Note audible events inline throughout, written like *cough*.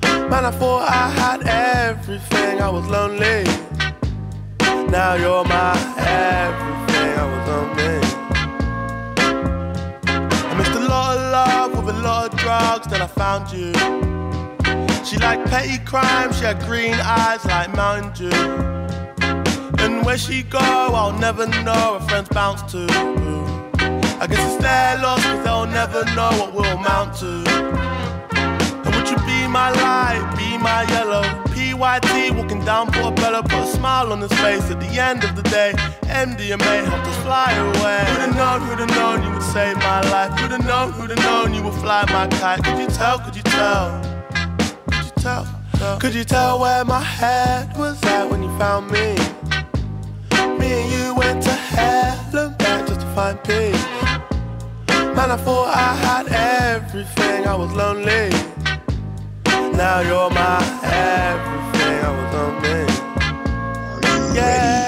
Before I had everything, I was lonely. Now you're my everything, I was lonely. I missed a lot of love with a lot of drugs, then I found you. She liked petty crime, she had green eyes like Mountain Dew. And where she go, I'll never know, her friends bounce to. I guess it's their loss, cause they'll never know what we'll amount to. And would you be my light, be my yellow? PYT walking down Portobello, put a smile on his face at the end of the day. MDMA helped us fly away. Who'd have known, who'd have known you would save my life? Who'd have known, who'd have known you would fly my kite? Could you tell, could you tell? Could you tell? tell? Could you tell where my head was at when you found me? Me and you went to hell and back just to find peace. Man, I thought I had everything, I was lonely. Now you're my everything, I was lonely. Yeah.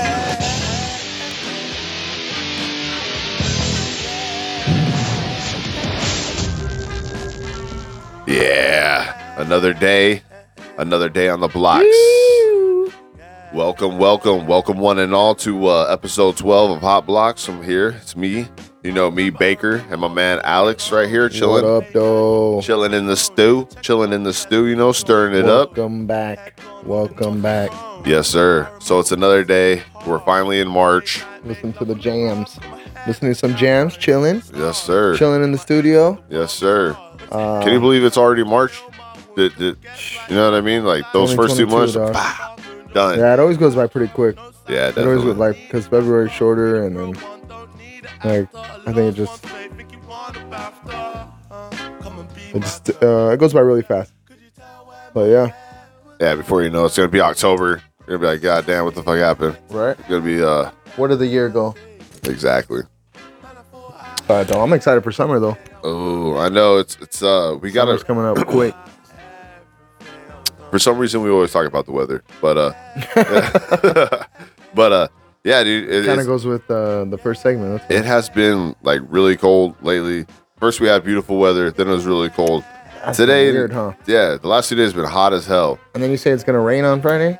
Yeah. Another day, another day on the blocks. Welcome, welcome, welcome, one and all, to uh, episode 12 of Hot Blocks. I'm here. It's me, you know, me, Baker, and my man Alex right here, What chilling. up, though? Chilling in the stew, chilling in the stew, you know, stirring it up. Welcome back. Welcome back. Yes, sir. So it's another day. We're finally in March. Listen to the jams. Listen to some jams. Chilling. Yes, sir. Chilling in the studio. Yes, sir. Can Um, you believe it's already March? Th- th- you know what I mean? Like those first two 2022, months, dog. bah, done. Yeah, Yeah, it always goes by pretty quick. It always definitely. goes like because February's shorter, and then like I think it just it just uh, it goes by really fast. But yeah, yeah, before you know, it, it's gonna be October. You're gonna be like, God damn, what the fuck happened? right. It's gonna be uh, Where did the year go? exactly. Uh, though, I'm excited for summer though. Oh, I know. It's it's uh, we gotta. Summer's *clears throat* coming up quick. For some reason, we always talk about the weather, but *laughs* uh, *laughs* but uh, yeah, dude. It, Kind of it's, goes with uh, the first segment. That's it has been like really cold lately. First, we had beautiful weather. Then it was really cold. Today, weird, huh? yeah, the last two days have been hot as hell. And then you say it's gonna rain on Friday.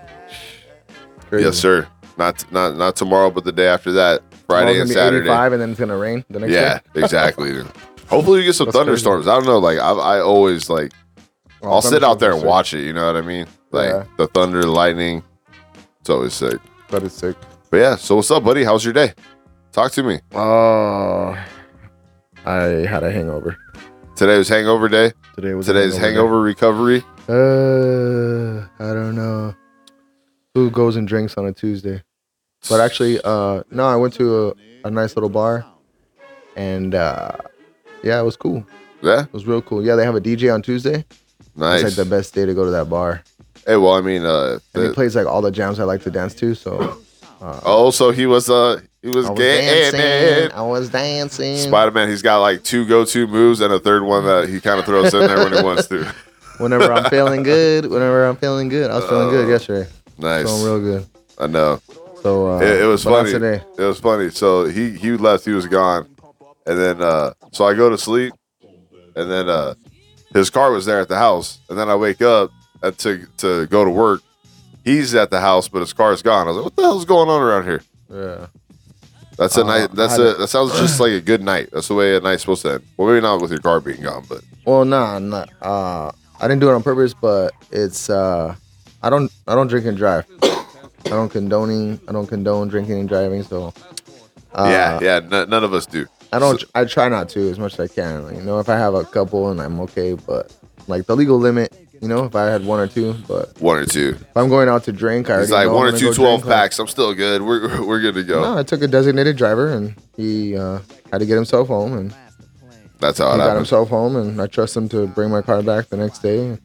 Crazy. Yes, sir. Not not not tomorrow, but the day after that, Friday and Tomorrow's gonna be Saturday. 85 and then it's gonna rain the next Yeah, day. *laughs* exactly. dude. Hopefully, we get some That's thunderstorms. I don't know. Like I, I always like Well, I'll sit out there and thunderstorms are watch it. You know what I mean? Like Yeah. the thunder, lightning. It's always sick. sick. That is sick. But yeah. So what's up, buddy? How's your day? Talk to me. Oh, I had a hangover. Today was hangover day. Today was a Today's hangover recovery. day. Uh, I don't know who goes and drinks on a Tuesday, but actually, uh, no, I went to a, a nice little bar, and uh, yeah, it was cool. Yeah. It was real cool. Yeah, they have a DJ on Tuesday. Nice. It's like the best day to go to that bar. hey, well, I mean, uh, And he the, plays like all the jams I like to dance to. So oh, so he was uh he was, I was gay. dancing. I was dancing. Spider Man, he's got like two go to moves and a third one that he kind of throws in there when he wants *laughs* to. whenever I'm feeling good, whenever I'm feeling good. I was feeling good yesterday. Oh, Nice. Feeling real good. I know. So uh, It, it was but not funny. today. It was funny. So he he left. He was gone, and then uh, so I go to sleep, and then uh, his car was there at the house, and then I wake up uh, to to go to work. He's at the house, but his car's gone. I was like, "What the hell's going on around here?" Yeah. That's a Uh, night. I That's had a that sounds just like a good night. That's the way a night's supposed to end. Well, maybe not with your car being gone, but Well, nah, nah. Uh, I didn't do it on purpose, but it's uh, I don't I don't drink and drive. I don't condoning. I don't condone drinking and driving. So uh, yeah, yeah, n- none of us do. I don't. I try not to as much as I can. Like, you know, if I have a couple and I'm okay, but like the legal limit. You know, if I had one or two, but One or two. if I'm going out to drink, I It's like already know I'm one or gonna two go 12 drink, like, packs. I'm still good. We're we're good to go. No, I took a designated driver, and he uh, had to get himself home, and he That's how it got happens. himself home, and I trust him to bring my car back the next day.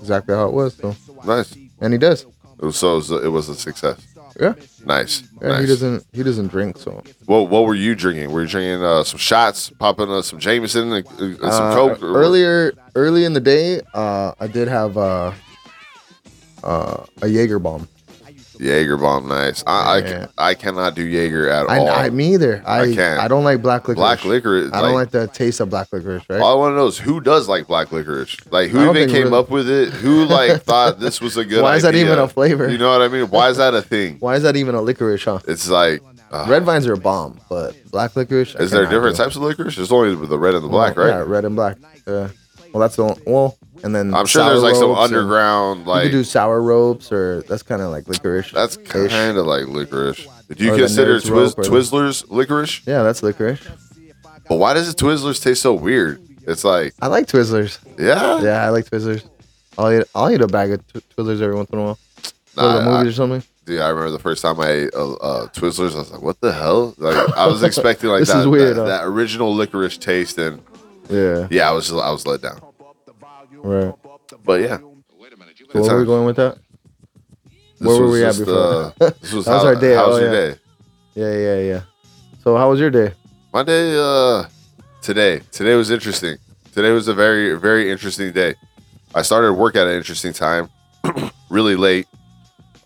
Exactly how it was. So, Nice. and he does. It was, so it was, a- it was a success. Yeah, Nice. yeah. nice. He doesn't. He doesn't drink. So What What were you drinking? Were you drinking uh, some shots, popping uh, some Jameson and, and some Uh, Coke? or- earlier, early in the day, uh, I did have uh, uh, a Jaeger bomb. Jaeger bomb, nice. I Yeah. I, I cannot do Jaeger at I, all. I me either. I I, Oh. can't. don't like black licorice. black licorice. I don't like the taste of black licorice. Right? All I want to know is who does like black licorice? Like who I even don't think came really- up with it? Who *laughs* like thought this was a good? Why is that idea? even a flavor? You know what I mean? Why is that a thing? Why is that even a licorice? Huh? It's like uh, Red vines are a bomb, but black licorice. I Is there cannot different do. types of licorice? There's only the red and the black, Well, right? Yeah, red and black. Yeah. Well, that's the one. Well, and then I'm sure sour there's like some ropes and- underground You like could do sour ropes, or that's kind of like licorice. that's kind of like licorice. Do you Or the consider Nerds rope Twiz- or the- Twizzlers licorice? yeah, that's licorice. But why does the Twizzlers taste so weird? It's like I like Twizzlers. yeah, Yeah, I like Twizzlers. I'll eat. I'll eat a bag of tw- Twizzlers every once in a while. Nah, Go to the I- movies or something. Dude, I remember the first time I ate uh, uh, Twizzlers, I was like, "What the hell?" Like, I *laughs* was expecting like This that, is weird, that, huh? that original licorice taste, and Yeah. yeah, I was just, I was let down. Right. But yeah, So where were we times. going with that? this Where were was we at just, before? uh, this was *laughs* That was how, our day. How was Oh, your yeah. day? Yeah, yeah, yeah. So how was your day? My day uh, today. Today was interesting. Today was a very very interesting day. I started work at an interesting time, *clears throat* really late.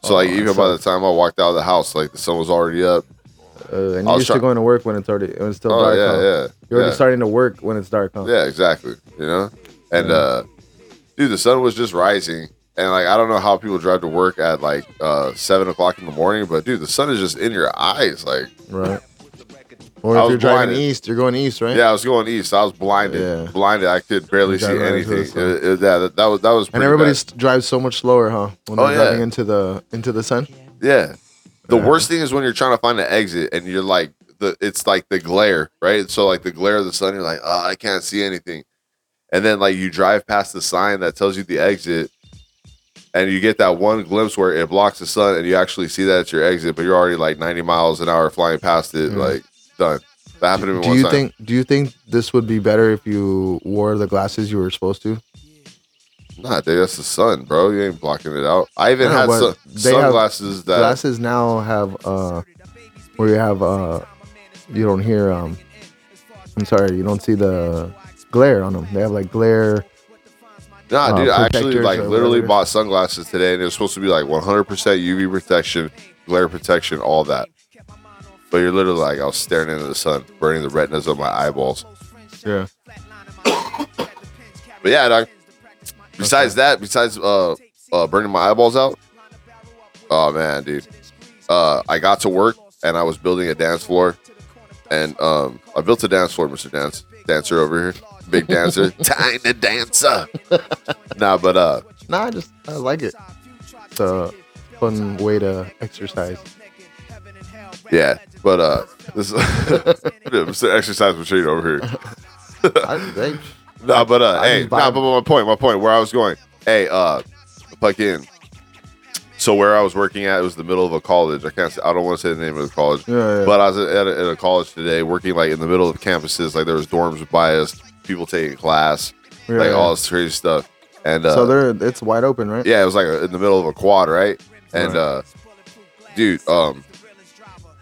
So Oh, like that even by the time I walked out of the house, like the sun was already up. Uh, I and you're was used try- to going to work when it's already when it's still Oh dark. yeah, huh? yeah. You're yeah. already starting to work when it's dark. Huh? Yeah, exactly. You know, and Yeah. uh, dude, the sun was just rising, and like I don't know how people drive to work at like uh seven o'clock in the morning, but dude, the sun is just in your eyes. Like, Right. Or *laughs* I if was you're driving blinded. east, you're going east, right? yeah, I was going east, I was blinded, Yeah. blinded. I could barely see Drive right into anything. the sun. It- it- yeah, that, that was that was. And Pretty everybody bad. s- drives so much slower, huh? When Oh, they're yeah. driving into the into the sun. Yeah. The Yeah. worst thing is when you're trying to find an exit and you're like the it's like the glare, right? So like the glare of the sun, you're like, oh, I can't see anything. And then like you drive past the sign that tells you the exit, and you get that one glimpse where it blocks the sun and you actually see that it's your exit, but you're already like 90 miles an hour flying past it, Mhm. like done. That happened to me Do one you time. think do you think this would be better if you wore the glasses you were supposed to? nah, dude, that's the sun, bro. You ain't blocking it out. I even No, had but sun- they have sunglasses that glasses now have uh where you have uh you don't hear um I'm sorry, you don't see the glare on them. They have like glare Nah, uh, dude, I actually protectors like or literally whatever. bought sunglasses today, and it was supposed to be like 100% UV protection, glare protection, all that. But you're literally like, I was staring into the sun, burning the retinas of my eyeballs. yeah. But yeah, dog. Besides that, besides uh, uh, burning my eyeballs out, oh man, dude, uh, I got to work and I was building a dance floor, and um, I built a dance floor, Mr. Dance Dancer over here, big dancer, tiny dancer. nah, but uh, Nah, I just I like it. It's a fun way to *laughs* exercise. Yeah, but uh, this *laughs* Mr. Exercise Machine over here. I, hey, Nah, but uh, I hey, just nah, vibe. but my point, my point, where I was going. Hey, uh, fucking. So where I was working at, it was the middle of a college. I can't, say, I don't want to say the name of the college, Yeah, yeah. but I was at a, at a college today, working like in the middle of campuses. Like there was dorms by us, people taking class, Yeah, like yeah. all this crazy stuff. And uh, so they're it's wide open, right? yeah, it was like a, in the middle of a quad, right? And Right. uh, dude, um,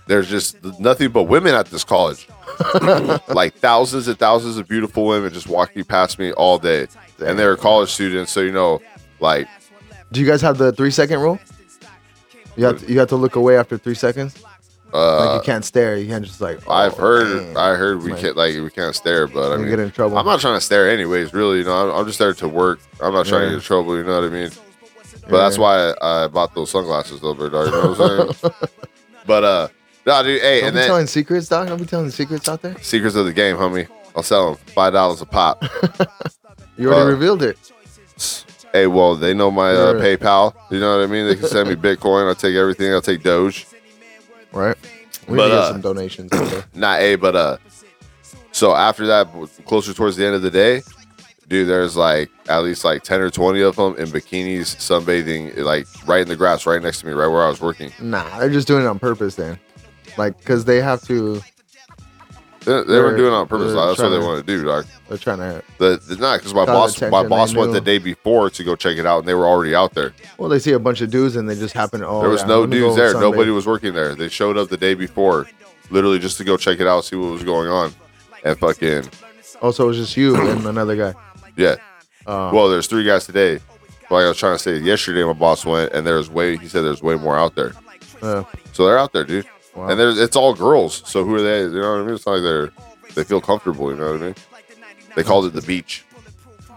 there's just nothing but women at this college. *laughs* like thousands and thousands of beautiful women just walking past me all day, and they were college students, so you know, like Do you guys have the three second rule? You have to, you have to look away after three seconds. uh, like you can't stare. You can't just like. oh, I've heard, damn. I heard we Like, can't like we can't stare, but I You mean, get in trouble. I'm not trying to stare anyways. Really, you know, I'm, I'm just there to work. I'm not trying to Yeah. get in trouble. You know what I mean? But that's Yeah. why I, I bought those sunglasses, though, bro. You know what I'm *laughs* saying? but uh, nah, dude. Hey, Don't and be then telling secrets, doc. Don't be telling secrets out there. secrets of the game, homie. I'll sell them five dollars a *laughs* pop. You already Uh, revealed it. Hey, well, they know my uh, Yeah. PayPal. You know what I mean? They can send me Bitcoin. I'll take everything. I'll take Doge. Right. We But, need to get uh, some donations. out there. Not A, but uh. So after that, closer towards the end of the day, dude, there's like at least like ten or twenty of them in bikinis, sunbathing, eh, like right in the grass, right next to me, right where I was working. *clears throat* Nah, they're just doing it on purpose then. Like, because they have to, They, they were They're- doing it on purpose. they're dog. That's what they trying to- want to do, dog. they're trying to, The, the not because my Caught boss, my attention, boss they went the knew. day before to go check it out, and they were already out there. well, they see a bunch of dudes and they just happen to, oh, There was yeah, no let me dudes go there. sunbathe. Nobody was working there. They showed up the day before, literally just to go check it out, see what was going on, and fucking Oh, so it was just you and another guy. yeah. Uh, Well, there's three guys today, like I was trying to say yesterday, my boss went and there's way he said there's way more out there. Yeah. So they're out there, dude. Wow. And there's it's all girls. So who are they? You know what I mean? It's not like they're they feel comfortable. You know what I mean? They called it the beach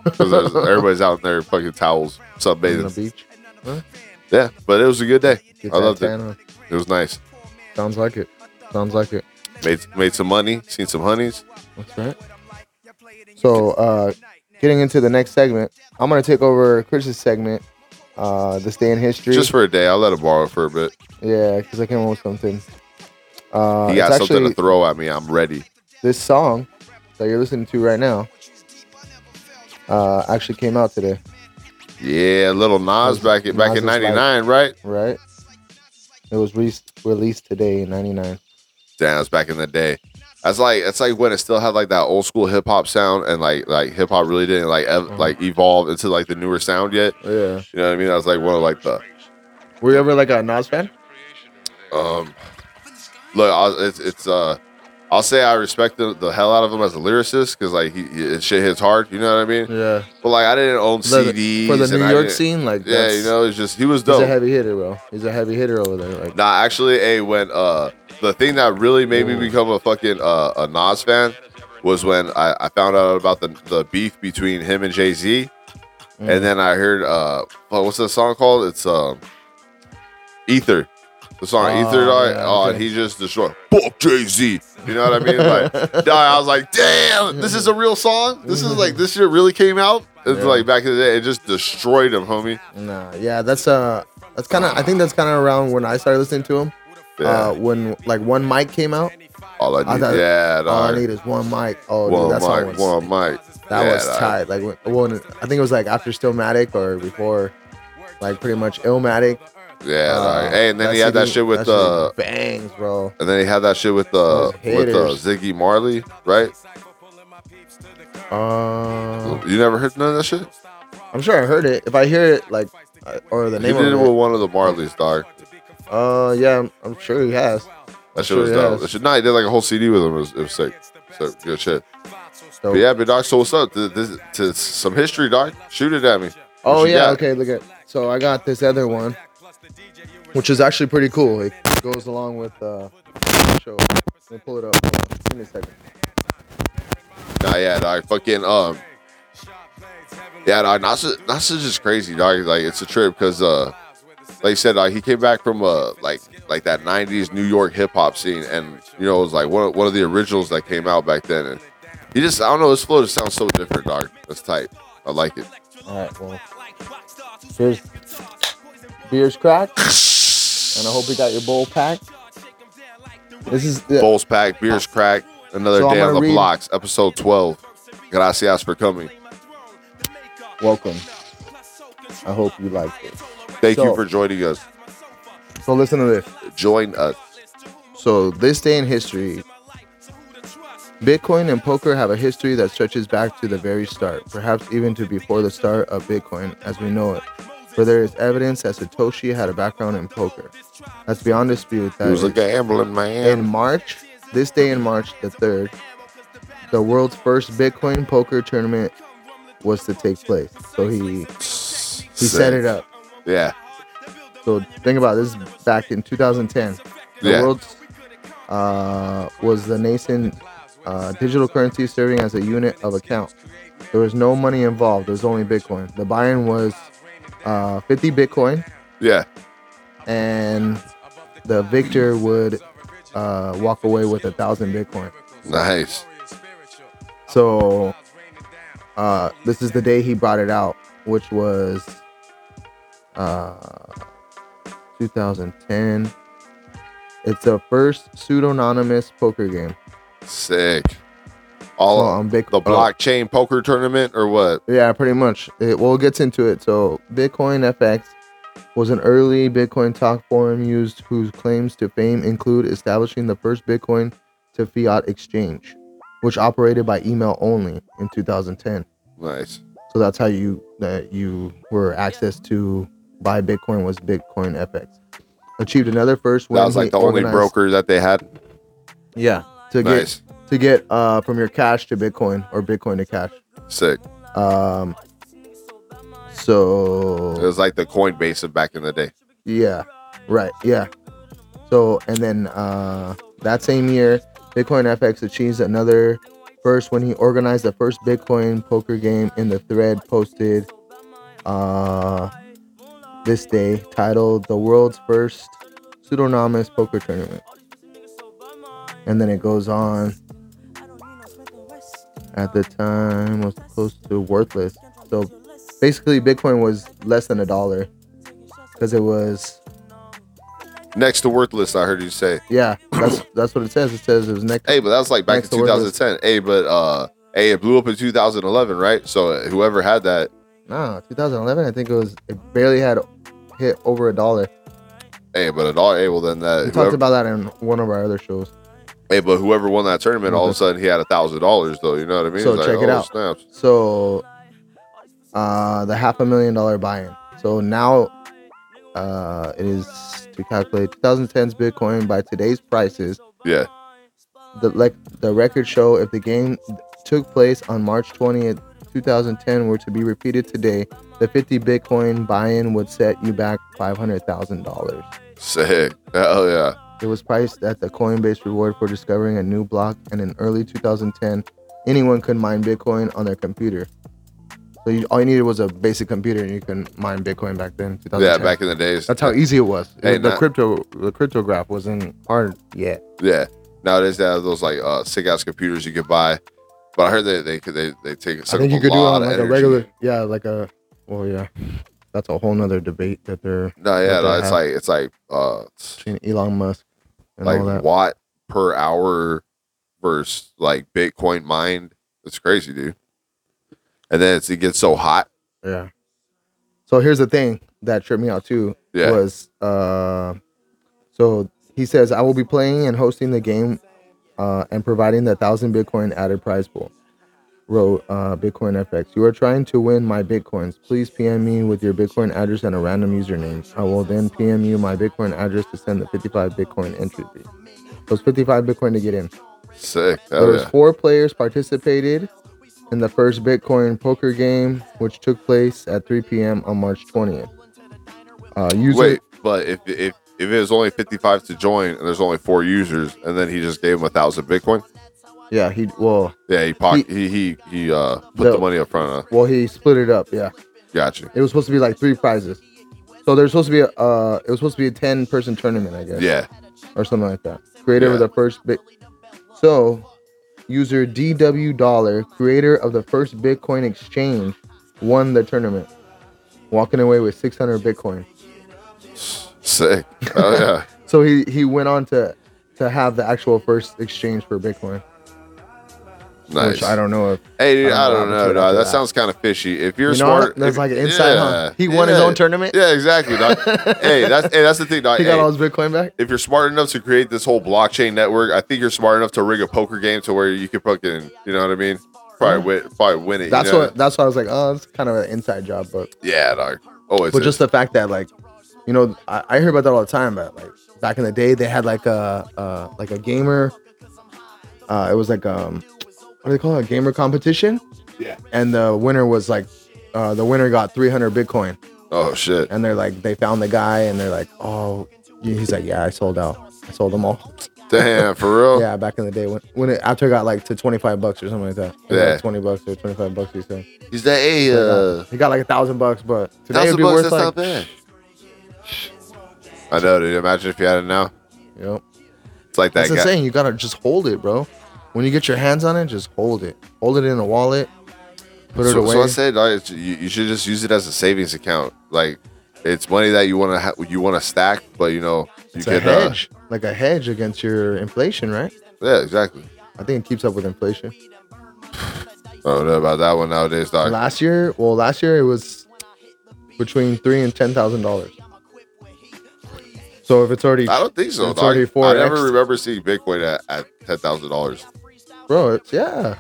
because everybody's out in their fucking towels, on the sunbathing. beach. Huh? Yeah, but it was a good day. Get I that loved tan it. on. It was nice. Sounds like it. Sounds like it. Made made some money. Seen some honeys. That's right. So, uh, getting into the next segment, I'm gonna take over Chris's segment. Uh, this day in history. Just for a day, I let him borrow it for a bit. yeah, because I came up with something. Uh, He got it's something actually to throw at me. I'm ready. this song that you're listening to right now. Uh, actually came out today, Yeah, little Nas back in back in Nas is '99, right? right? It was re- released today in '99. Damn, it's back in the day. That's like that's like when it still had like that old school hip hop sound, and like like hip hop really didn't like Mm-hmm. ev- like evolve into like the newer sound yet. Oh, Yeah. You know what I mean? I was like one of like the Were you ever like a Nas fan? um look. I, it's it's uh I'll say I respect the, the hell out of him as a lyricist because like he, he- shit hits hard. You know what I mean? Yeah. But like I didn't own CDs Mm. for the and New I York didn't- scene, like Yeah, that's- you know, it's just he was he's dope. a heavy hitter, bro. He's a heavy hitter over there. Like, Nah, actually, a when uh the thing that really made me become a fucking uh, a Nas fan was when I, I found out about the the beef between him and Jay Z, Mm. and then I heard uh fuck, what's the song called? It's um Ether, the song Oh, Ether. dog. yeah, oh, and okay. he just destroyed. Fuck Jay Z. You know what I mean? *laughs* Like, dog, I was like, damn, this is a real song. This is like this shit really came out. It's Yeah. like back in the day, it just destroyed him, homie. Nah, yeah, that's uh, that's kind of. I think that's kind of around when I started listening to him. Yeah, Uh, when like one mic came out, all I I need, thought- yeah, all dog. I need is one mic. Oh, dude, One that song mic, was one mic. that Yeah, was dog. tight. Like, when, well, I think it was like after Stillmatic or before, like pretty much Illmatic. Yeah, Uh, dog. hey, and then he had that shit with uh, bangs, bro. and then he had that shit with uh, Those with uh, hitters. Ziggy Marley, right? Uh, You never heard none of that shit? I'm sure I heard it. If I hear it, like, uh, or the He name did it of with it. one of the Marleys, dog. Uh, yeah, I'm, I'm sure he has. That shit Sure was he dope. has. That shit, nah, he did like a whole CD with him. It was, it was sick. So good shit. So- But yeah, but dog, so what's up? Th- This, to some history, dog. Shoot it at me. Oh What you yeah, got? okay. Look at so I got this other one, which is actually pretty cool. It goes along with uh, the show. Let me pull it up. Hold on, Give me a second. Nah, yeah, dog. Fucking um, yeah, dog. Nas, Nas is just crazy, dog. Like it's a trip because uh, like you said, dog, he came back from uh, like like that '90s New York hip hop scene, and you know it was like one of, one of the originals that came out back then. And he just, I don't know, his flow just sounds so different, dog. That's tight. I like it. All right, well, here's beer's cracked, and I hope you got your bowl packed. This is the, Bowls packed, beers cracked. Another Oh. So I'm day on gonna the read- blocks, episode 12. Gracias for coming. welcome. I hope you like it. Thank you So- for joining us. So listen to this. Join us. So this day in history, Bitcoin and poker have a history that stretches back to the very start, perhaps even to before the start of Bitcoin as we know it. For there is evidence that Satoshi had a background in poker. That's beyond dispute. That He was a is- gambling man. in March, this day in March the 3rd, the world's first Bitcoin poker tournament was to take place. So he he set it up. Yeah. So think about it, this is back in 2010. The Yeah. world uh, was the nascent uh, digital currency serving as a unit of account. There was no money involved. There was only Bitcoin. The buy-in was uh, 50 Bitcoin, Yeah. and the victor would uh, walk away with a thousand Bitcoin. Nice. So uh, this is the day he brought it out, which was uh, 2010. It's the first pseudonymous poker game. Sick. All Oh, on Bitcoin. the blockchain poker tournament or what? Yeah, pretty much. It, well, it gets into it. So Bitcoin FX was an early Bitcoin talk forum used whose claims to fame include establishing the first Bitcoin to fiat exchange, which operated by email only in 2010. Nice. So that's how you that you were access to buy Bitcoin was Bitcoin FX. Achieved another first when that was he like the only organized- broker that they had. Yeah, to get Nice. to get uh from your cash to Bitcoin or Bitcoin to cash. Sick. Um, It So was like the coin basin back in the day. yeah, right, yeah. So and then uh, that same year, Bitcoin FX achieves another first when he organized the first Bitcoin poker game in the thread posted uh, this day, titled "The World's First Pseudonymous Poker Tournament." And then it goes on. At the time, was close to worthless. So basically, Bitcoin was less than a dollar because it was Next to worthless, I heard you say. yeah. That's that's what it says. It says it was next. Hey, but that was like back Next in to worthless. 2010. Hey, but uh, hey, it blew up in 2011, right? So uh, whoever had that, No, 2011. I think it was. It barely had hit over a dollar. hey, but at all, hey, well then that. We whoever- talked about that in one of our other shows. Hey, but whoever won that tournament, all of a Okay. sudden he had a thousand dollars, though. You know what I mean? So It's like, check it oh, out. Snaps. So, uh, the half a million dollar buy-in. So now, uh, it is to calculate 2010's Bitcoin by today's prices. Yeah, The like the record show if the game took place on March 20th, 2010, were to be repeated today, the 50 Bitcoin buy-in would set you back five hundred thousand dollars. sick. Hell yeah. It was priced at the Coinbase reward for discovering a new block, and in early 2010, anyone could mine Bitcoin on their computer. So you, all you needed was a basic computer, and you can mine Bitcoin back then. 2010. Yeah, back in the days. That's how easy it was. It- Hey, the nah. crypto, the cryptograph wasn't hard yet. Yeah. Nowadays they have those like uh, sick ass computers you could buy, but I heard they they could- they they take. I think you could do it on like a regular, yeah, like a, well, yeah, that's a whole nother debate that they're No, yeah, that no, they it's have. like it's like uh, it's between Elon Musk and all like that. watt per hour versus like Bitcoin mined. It's crazy, dude. And then it's, it gets so hot. Yeah. So here's the thing that tripped me out too. Yeah. Was uh, so he says I will be playing and hosting the game, uh, and providing the thousand Bitcoin added prize pool. Wrote uh, Bitcoin FX. You are trying to win my bitcoins. Please PM me with your Bitcoin address and a random username. I will then PM you my Bitcoin address to send the 55 Bitcoin entry fee. So it's 55 Bitcoin to get in. Sick. There Hell was Oh, yeah. four players participated in the first Bitcoin poker game, which took place at 3 p.m. on March 20th. Uh, user, Wait, but if if if it was only fifty five to join and there's only four users, and then he just gave him a thousand Bitcoin. yeah, he well, Yeah, he pocket, he, he he uh put the No. money up front. Uh, well, he split it up. Yeah, gotcha. it was supposed to be like three prizes. So there's supposed to be a, uh, it was supposed to be a 10 person tournament, I guess, Yeah, or something like that. Creator Yeah. of the first bit. So, user DW Dollar, creator of the first Bitcoin exchange, won the tournament, walking away with 600 Bitcoin. sick. Hell *laughs* yeah. So he he went on to to have the actual first exchange for Bitcoin, Nice. which I don't know if hey, dude, I I don't know don't know. what happened to dog. that. That sounds kind of fishy. If you're you know smart, that's if- like an inside. huh? yeah, He won his yeah. own tournament. Yeah, exactly. *laughs* dog. hey, that's hey, that's the thing. Dog. He Hey, got all his Bitcoin back. if you're smart enough to create this whole blockchain network, I think you're smart enough to rig a poker game to where you could fucking, you know what I mean? Probably win, probably win it. you That's know? what that's why I was like, oh, it's kind of an inside job, but Yeah, Oh, dog. Always. but is. just the fact that like, you know, I, I hear about that all the time. But like back in the day, they had like a uh, like a gamer. Uh, it was like um, what do they call it? A gamer competition. Yeah. And the winner was like, uh, the winner got 300 Bitcoin. oh shit. and they're like they found the guy and they're like oh yeah, he's like yeah i sold out i sold them all Damn, for real. yeah back in the day when when it after it got like to 25 bucks or something like that It was, Yeah. like 20 bucks or 25 bucks he said He's that a uh, he got like a thousand bucks but today thousand it'd be bucks. That's not worth like bad. I know, dude. Imagine if you had it now. you know It's like that that's the guy. saying you gotta just hold it bro when you get your hands on it just hold it hold it in a wallet put it So, away so I said, dog, it's- you, you should just use it as a savings account. Like, it's money that you want to ha- you want to stack, but you know you uh, it's a can hedge like a hedge against your inflation right Uh, yeah, exactly. i think it keeps up with inflation I don't know about that one nowadays, dog. last year well last year it was between three and ten thousand dollars so if it's already I don't think so. It's dog. already I never 4X. remember seeing Bitcoin at, at ten thousand dollars. bro it's yeah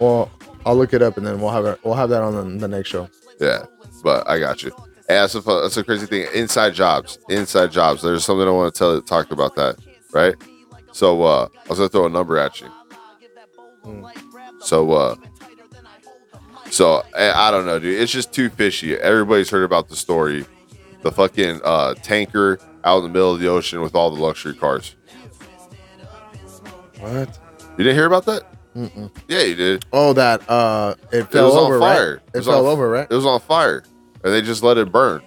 well i'll look it up and then we'll have it we'll have that on the, the next show Yeah, but I got you. And that's a fu- that's a crazy thing. Inside jobs, inside jobs. There's something I want to tell talk about that, right? So uh, I was gonna throw a number at you. So uh, So I, I don't know, dude. It's just too fishy. Everybody's heard about the story, the fucking uh, tanker out in the middle of the ocean with all the luxury cars. What? You didn't hear about that? Mm-mm. Yeah, you did. Oh, that uh, it fell was on over, fire. right? It It, was fell on- over, right? It was on fire, and they just let it burn.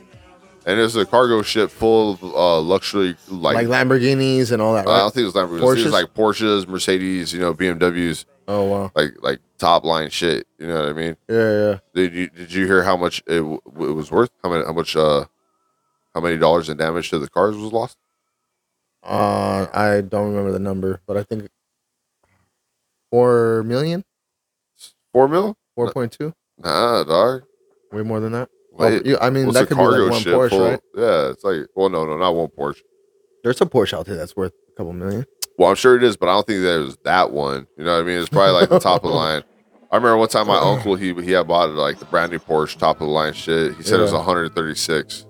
And it was a cargo ship full of uh, luxury, like, Like, Lamborghinis and all that, I right? don't think it was Lamborghini. I think It Porsches? was like Porsches, Mercedes, you know, BMWs, oh wow, like like top line shit. You know what I mean? yeah, yeah. Did you did you hear how much it, w- it was worth? How many how much uh how many dollars in damage to the cars was lost? Uh, I don't remember the number, but I think four million, Four mil? four point two, Nah, dog. way more than that. Oh, Wait, you- I mean, what's that a could be cargo like one ship Porsche, full- right? Yeah, it's like well, no, no, not one Porsche. There's a Porsche out there that's worth a couple million. Well, I'm sure it is, but I don't think that it was that one. You know what I mean? It's probably like the top *laughs* of the line. I remember one time my uncle he he had bought like the brand new Porsche top of the line shit. He said it was Yeah. 136.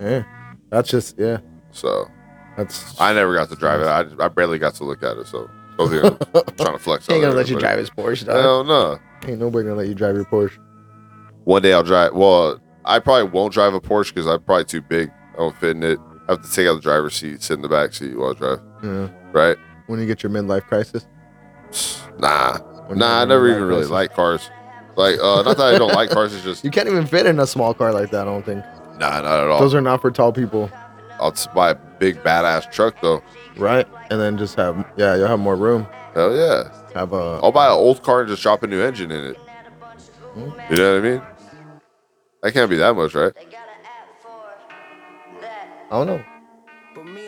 Yeah, that's just yeah. So That's I never got to drive it. I, I barely got to look at it. So don't think I'm trying to *laughs* flex. ain't on gonna let you everybody. drive his Porsche, dog. Hell no. Ain't nobody gonna let you drive your Porsche. One day I'll drive. Well, I probably won't drive a Porsche because I'm probably too big. I don't fit in it. I have to take out the driver's seat, sit in the back seat while I drive. Yeah. Right? When you get your midlife crisis. Nah, When nah. I you're in never midlife even really crisis. like cars. Like, uh, not that I don't like cars. It's just You can't even fit in a small car like that. I don't think nah, not at all. those are not for tall people, I'll just buy a big badass truck though. right? And then just have yeah, you'll have more room. Hell yeah. Have a I'll buy an old car and just drop a new engine in it. You know what I mean? That can't be that much, right? I don't know.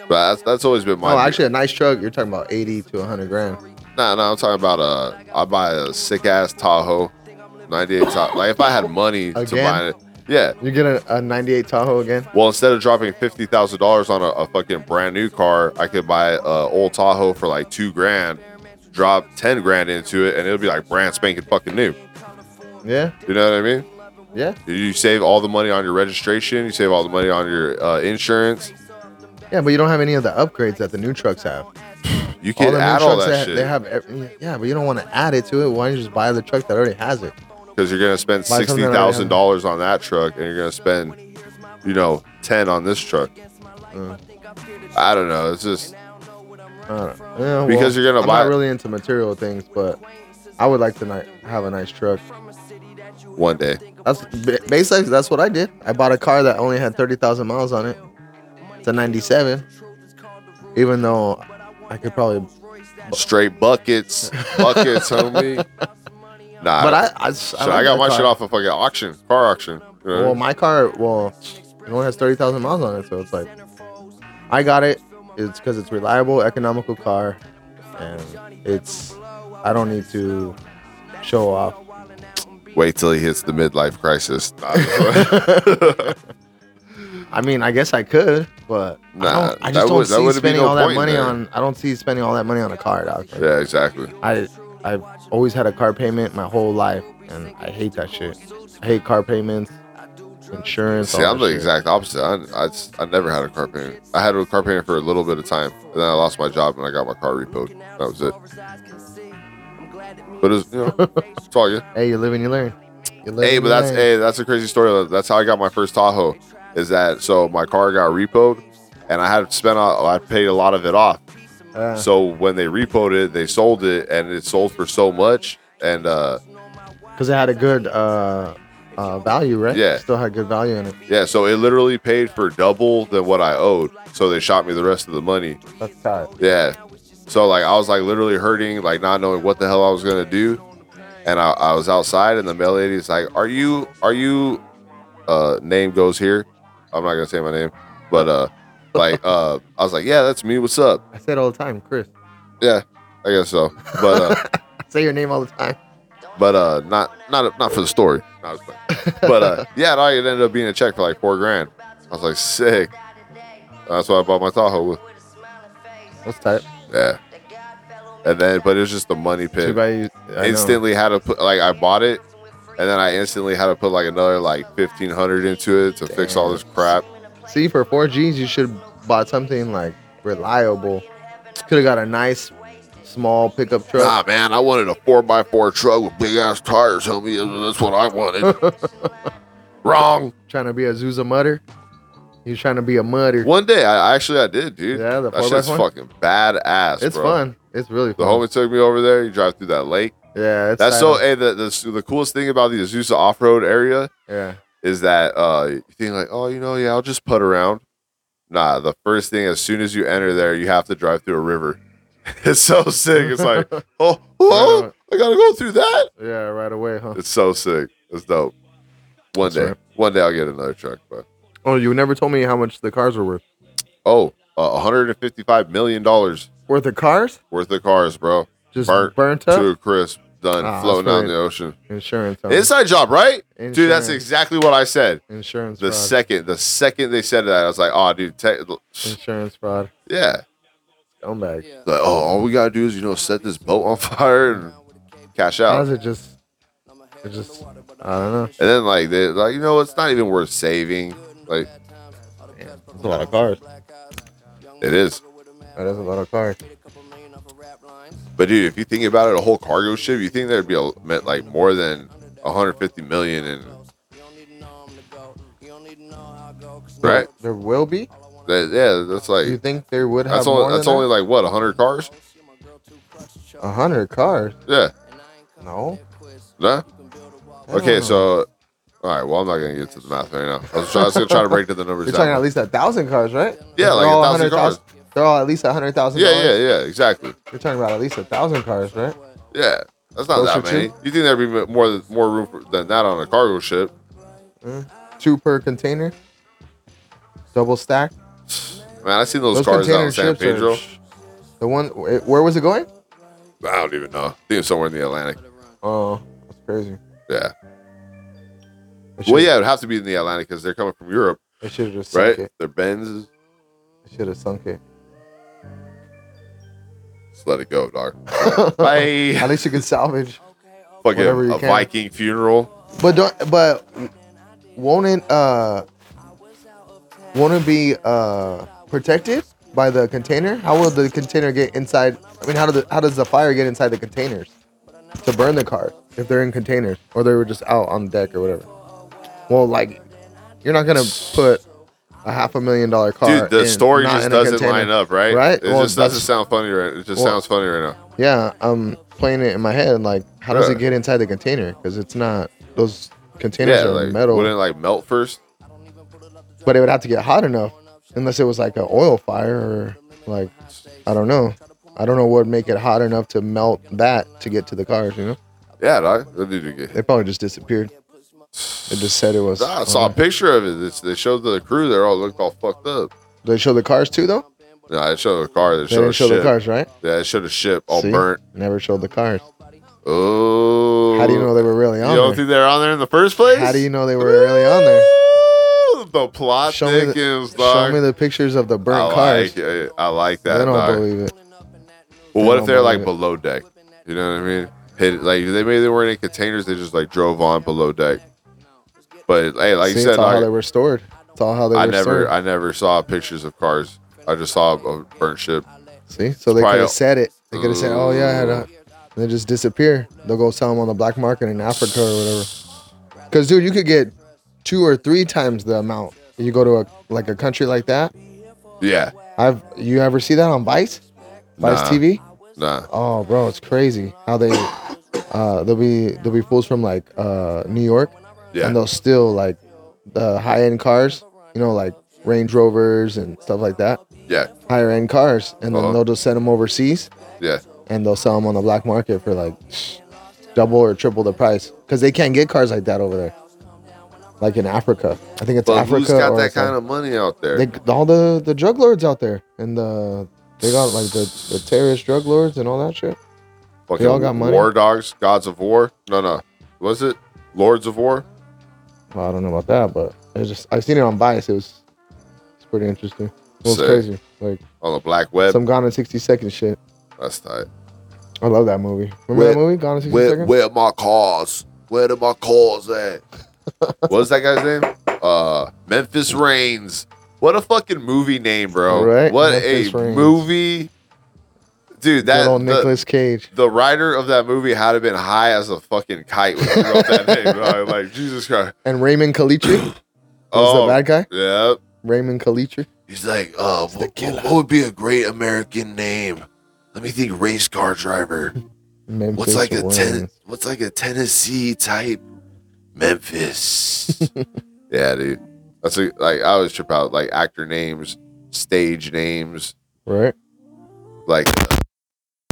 But that's, that's always been my. Oh, actually, a nice truck. You're talking about eighty to hundred grand. Nah, nah. I'm talking about uh, I buy a sick ass Tahoe, '98 Tahoe. Like if I had money to Again? buy it, yeah. You get a, a '98 Tahoe again. Well, instead of dropping fifty thousand dollars on a, a fucking brand new car, I could buy a old Tahoe for like two grand, drop ten grand into it, and it'll be like brand spanking fucking new. Yeah, You know what I mean? yeah, You save all the money on your registration. You save all the money on your uh, insurance. yeah. But you don't have any of the upgrades that the new trucks have. You can the new add all trucks that they, shit they have. ev- Yeah, but you don't want to add it to it. Why don't you just buy the truck that already has it? because you're gonna spend Buy sixty something that thousand already dollars on that truck, and you're gonna spend, you know, ten on this truck. Uh. I don't know. It's just I don't know. Yeah, well, Because you're gonna I'm buy- Not really into material things, but I would like to ni- have a nice truck. one day. That's ba- basically that's what I did. I bought a car that only had thirty thousand miles on it. It's a '97, even though I could probably. Straight buckets, buckets, *laughs* homie. Nah, But I, I, s- so I, like got that my car. shit off a fucking auction, car auction. you know? Well, my car, well, it only has 30,000 miles on it, so it's like, I got it. It's because it's reliable, economical car, and it's, I don't need to show off. Wait till he hits the midlife crisis. *laughs* Nah, I mean, I guess I could, but I, Nah, don't, I that just don't would- that see wouldn't be spending no all point that in money there. on, I don't see spending all that money on a car, dog. Like, yeah, exactly. I, I've always had a car payment my whole life, and I hate that shit. I hate car payments, insurance. See, all I'm that the shit. exact opposite. I, I, just- I never had a car payment. I had a car payment for a little bit of time, and then I lost my job and I got my car repoed. That was it. But it's you know, it's all good. Hey, you live and you learn. You live Hey, and but you that's learn. hey, that's a crazy story. That's how I got my first Tahoe. Is that so? My car got repoed, and I had spent all, I paid a lot of it off. Uh, So when they repoed it, they sold it, and it sold for so much. And uh, because it had a good uh, uh, value, right? Yeah. still had good value in it. yeah, so it literally paid for double than what I owed. So they shot me the rest of the money. That's tight. Yeah. So like I was like literally hurting, like not knowing what the hell I was gonna do. And I, I was outside and the mail lady's like, Are you are you uh name goes here? I'm not gonna say my name, but uh like uh I was like, Yeah, that's me, what's up? I say it all the time, Chris. Yeah, I guess so. But uh I say your name all the time. but uh not not not for the story. No, I was playing. but uh yeah, no, it ended up being a check for like four grand. I was like, sick. That's why I bought my Tahoe with. That's tight. Yeah. And then but it was just the money pit. Too bad you- I know. instantly had to put like I bought it, and then I instantly had to put like another like fifteen hundred into it to fix all this crap. See, for four Gs, you should have bought something like reliable. Could have got a nice small pickup Nah, truck. man, I wanted a four by four truck with big ass tires, homie. That's what I wanted. *laughs* Wrong. Trying to be a Zuza mutter. He's trying to be a mutter. One day, I actually I did, dude. Yeah, the that shit's 4x4? fucking badass. It's bro. fun. It's really The fun. homie took me over there. You drive through that lake. yeah, it's That's tight. so. Hey, the, the the coolest thing about the Azusa off road area Yeah, is that uh you think like, oh, you know, yeah, I'll just put around. Nah, the first thing as soon as you enter there, you have to drive through a river. *laughs* it's so sick. It's *laughs* like, oh, oh, I gotta go through that. yeah, right away, huh? It's so sick. It's dope. One That's day, right. one day I'll get another truck, bro. Oh, you never told me how much the cars were worth. Oh, uh, 155 million dollars Worth of cars? worth of cars, bro. Just Burnt burnt, up. To a crisp, done, Ah, floating that's down right. the ocean. Insurance. Huh? Inside job, right? Dude, that's Insurance. exactly what I said. insurance. The fraud. second, the second they said that, I was like, oh, dude, te- insurance fraud. yeah. Scumbag. Like, oh, all we gotta do is you know set this boat on *laughs* fire and cash How's out. it just? It just. I don't know. And then like they like you know it's not even worth saving. Like That's a lot of cars. it is. That is a lot of cars. But dude, if you think about it, a whole cargo ship, you think there'd be a, meant like more than 150 million, and right? There will be. That, yeah, that's You like think there would have that's more only that's than only like what 100 cars? that? a hundred cars? Yeah, No. no. Okay, Hell. so all right. Well, I'm not gonna get to the math right now. I was, try, I was gonna try to break to *laughs* the numbers. You're talking at down. least a thousand cars, right? Yeah, like They're a all thousand 100,000 They're all at least a hundred thousand. Yeah, yeah, yeah. Exactly. You're talking about at least a thousand cars, right? Yeah, that's not that Closer to? many. You think there'd be m- more than- more room for, than that on a cargo ship? Two per container. Double stack. Man, I seen those, cars out in San Pedro. the one. wait, Where was it going? I don't even know. I think it's somewhere in the Atlantic. Oh, that's crazy. Yeah. They Well, should- yeah, it'd have to be in the Atlantic because they're coming from Europe, They should have just right? sunk it. They're Benz. They should have sunk it. Just let it go, dog. *laughs* Bye. At least you can salvage. Fucking whatever you a can. Viking funeral. But don't. But won't it? Uh, won't it be uh protected by the container? How will the container get inside? I mean, how do the how does the fire get inside the containers to burn the car if they're in containers or they were just out on deck or whatever? Well, like you're not gonna put a half a million dollar car. Dude, the in- story not just in a doesn't container. line up, right? Right? It Well, just doesn't that's- sound funny right. It just Well- sounds funny right now. Yeah, I'm playing it in my head. Like, how does Yeah. it get inside the container? Because it's not those containers Yeah, are like metal, wouldn't it like melt first? but it would have to get hot enough, unless it was like an oil fire or like I don't know. I don't know what would make it hot enough to melt that to get to the cars. You know, Yeah, dog. That dude would get- they probably just disappeared. It just said it was. Nah, I saw a picture of it. It's, they showed the crew. They're all looked all fucked up. They show the cars too, though. No, it showed a car. They They showed a didn't show ship. the cars, right? Yeah, it showed a ship all See? burnt. Never showed the cars. Oh, How do you know they were really You on don't there? think they're on there in the first place? How do you know they were really on there? Ooh, The plot Show me thickens, the, show dog. me the pictures of the I burnt like cars. it. I like that. They don't dog. believe it. well, what if don't they're like believe it. below deck? You know what I mean? Hit, like they maybe they weren't in containers. They just like drove on below deck. But hey, like See, you said, it's all how they dog, were stored. It's all how they I were never, stored. I never saw pictures of cars. I just saw a burnt ship. See, so they probably- could have said it. They could have said, "Oh yeah," I had a, and they just disappear. They'll go sell them on the black market in Africa or whatever. Because dude, you could get two or three times the amount. You go to a like a country like that. Yeah, I've you ever see that on Vice, Nah. Vice TV? nah. Oh, bro, it's crazy how they uh they'll be they'll be fools from like uh New York Yeah. and they'll steal like the high end cars, you know, like Range Rovers and stuff like that, Yeah, higher end cars, and then Uh-huh. they'll just send them overseas yeah. and they'll sell them on the black market for like double or triple the price because they can't get cars like that over there, like in Africa. I think it's But Africa. who's got or that it's, kind like- of money out there? They, all the the drug lords out there and the they got like the, the terrorist drug lords and all that shit. Fucking all got money? War Dogs, Gods of War. No, no. Was it Lords of War? Well, I don't know about that, but it's just I seen it on Vice. It was it's pretty interesting. It was Sick. crazy, like On the Black Web. some Gone in sixty seconds shit. That's tight. I love that movie. Remember Where- that movie, Gone in sixty seconds? my cars? Where are my cars *laughs* at? what was that guy's name? Uh, Memphis Reigns. What a fucking movie name, bro. Right? What Memphis a Reigns. movie dude, That that old the, Nicolas Cage. the writer of that movie had to have been high as a fucking kite when he wrote that name. Bro. *laughs* Like Jesus Christ. And *clears throat* Raymond Calitri was Oh, the bad guy. Yeah. Raymond Calitri. He's like, uh, what, what would be a great American name? Let me think. Race car *laughs* driver. Memphis What's like a Wings. ten? What's like a Tennessee type? Memphis. *laughs* Yeah, dude. That's a, like I always trip out like actor names, stage names, *laughs* Right? *laughs* like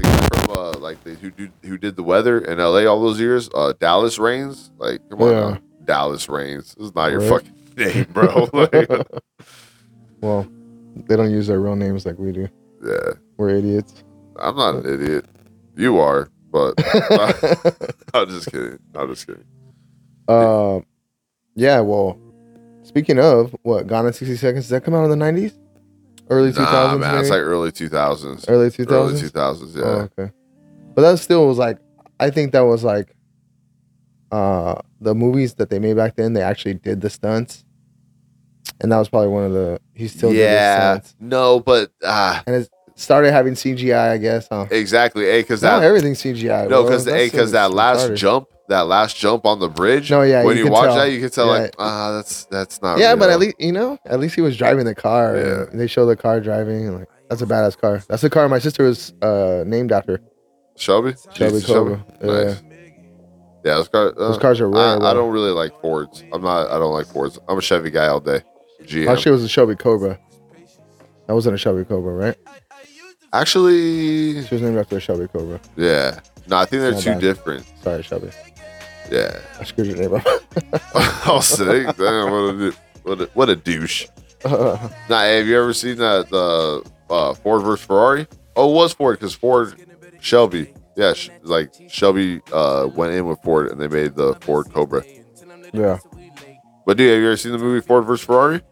uh, from, uh, like the, who do, who did the weather in L.A. all those years. Uh, Dallas Rains. Like come on, Yeah. now. Dallas Rains. This is not your Right. fucking *laughs* name, bro. *laughs* Like, Well, they don't use their real names like we do. yeah, *laughs* We're idiots. *laughs* I'm not an idiot. You are, but *laughs* I'm just kidding. I'm just kidding. Uh, yeah. Well, speaking of what, Gone in sixty seconds? Did that come out in the nineties, early two Nah, thousands? man, it's like early 2000s. early two Early thousands. 2000s, yeah. Oh, okay. But that still was like, I think that was like, uh, the movies that they made back then. They actually did the stunts, and that was probably one of the. He still yeah. did the stunts, No, but uh, and it started having CGI. I guess. Huh? exactly. Hey, because Now that everything's CGI. No, bro. because That's because that it's last retarded. jump, that last jump on the bridge. No, yeah, When you you, can watch tell. that, you can tell Yeah. like, ah, that's that's not. Yeah, but real." at least you know, at least he was driving the car. Yeah. and they show the car driving, and like that's a badass car. That's the car my sister was uh, named after. Shelby, Shelby Jesus, Shelby? Cobra. Yeah. Nice. Yeah, those cars. Uh, Those cars are rare. I, I bro. don't really like Fords. I'm not. I don't like Fords. I'm a Chevy guy all day. GM. My shit was a Shelby Cobra. That wasn't a Shelby Cobra, right? Actually, She was named after a Shelby Cobra. yeah. No, I think they're Not two bad. different. Sorry, Shelby. Yeah. *laughs* I screwed your name up. I'll say, damn, what a du- what a, what a douche. Uh, Nah, have you ever seen that the uh, Ford versus Ferrari? Oh, it was Ford because Ford Shelby. Yeah, sh- like Shelby uh, went in with Ford and they made the Ford Cobra. *laughs* yeah. But dude, have you ever seen the movie Ford versus Ferrari?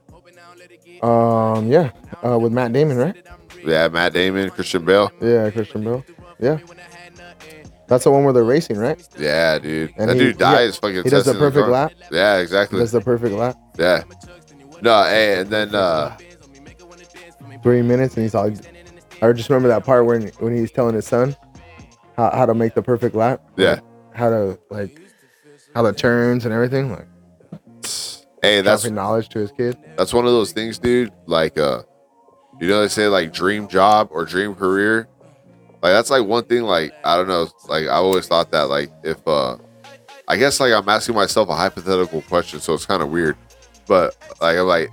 Um. Yeah. Uh, with Matt Damon, right? Yeah, Matt Damon, Christian Bale. Yeah, Christian Bale. Yeah. That's the one where they're racing, right? Yeah, dude, And that he- dude dies yeah, fucking. he does the testing perfect car. lap. Yeah, exactly. That's the perfect lap. yeah. No, hey, and then uh, Three minutes, and he's all. I just remember that part when when he's telling his son how, how to make the perfect lap. yeah, how to like how the turns and everything like hey, that's dropping knowledge to his kid that's one of those things, dude. Like, uh, you know, they say like dream job or dream career. Like that's like one thing. Like I don't know. Like I always thought that. Like if uh, I guess like I'm asking myself a hypothetical question, so it's kind of weird. But like I'm like,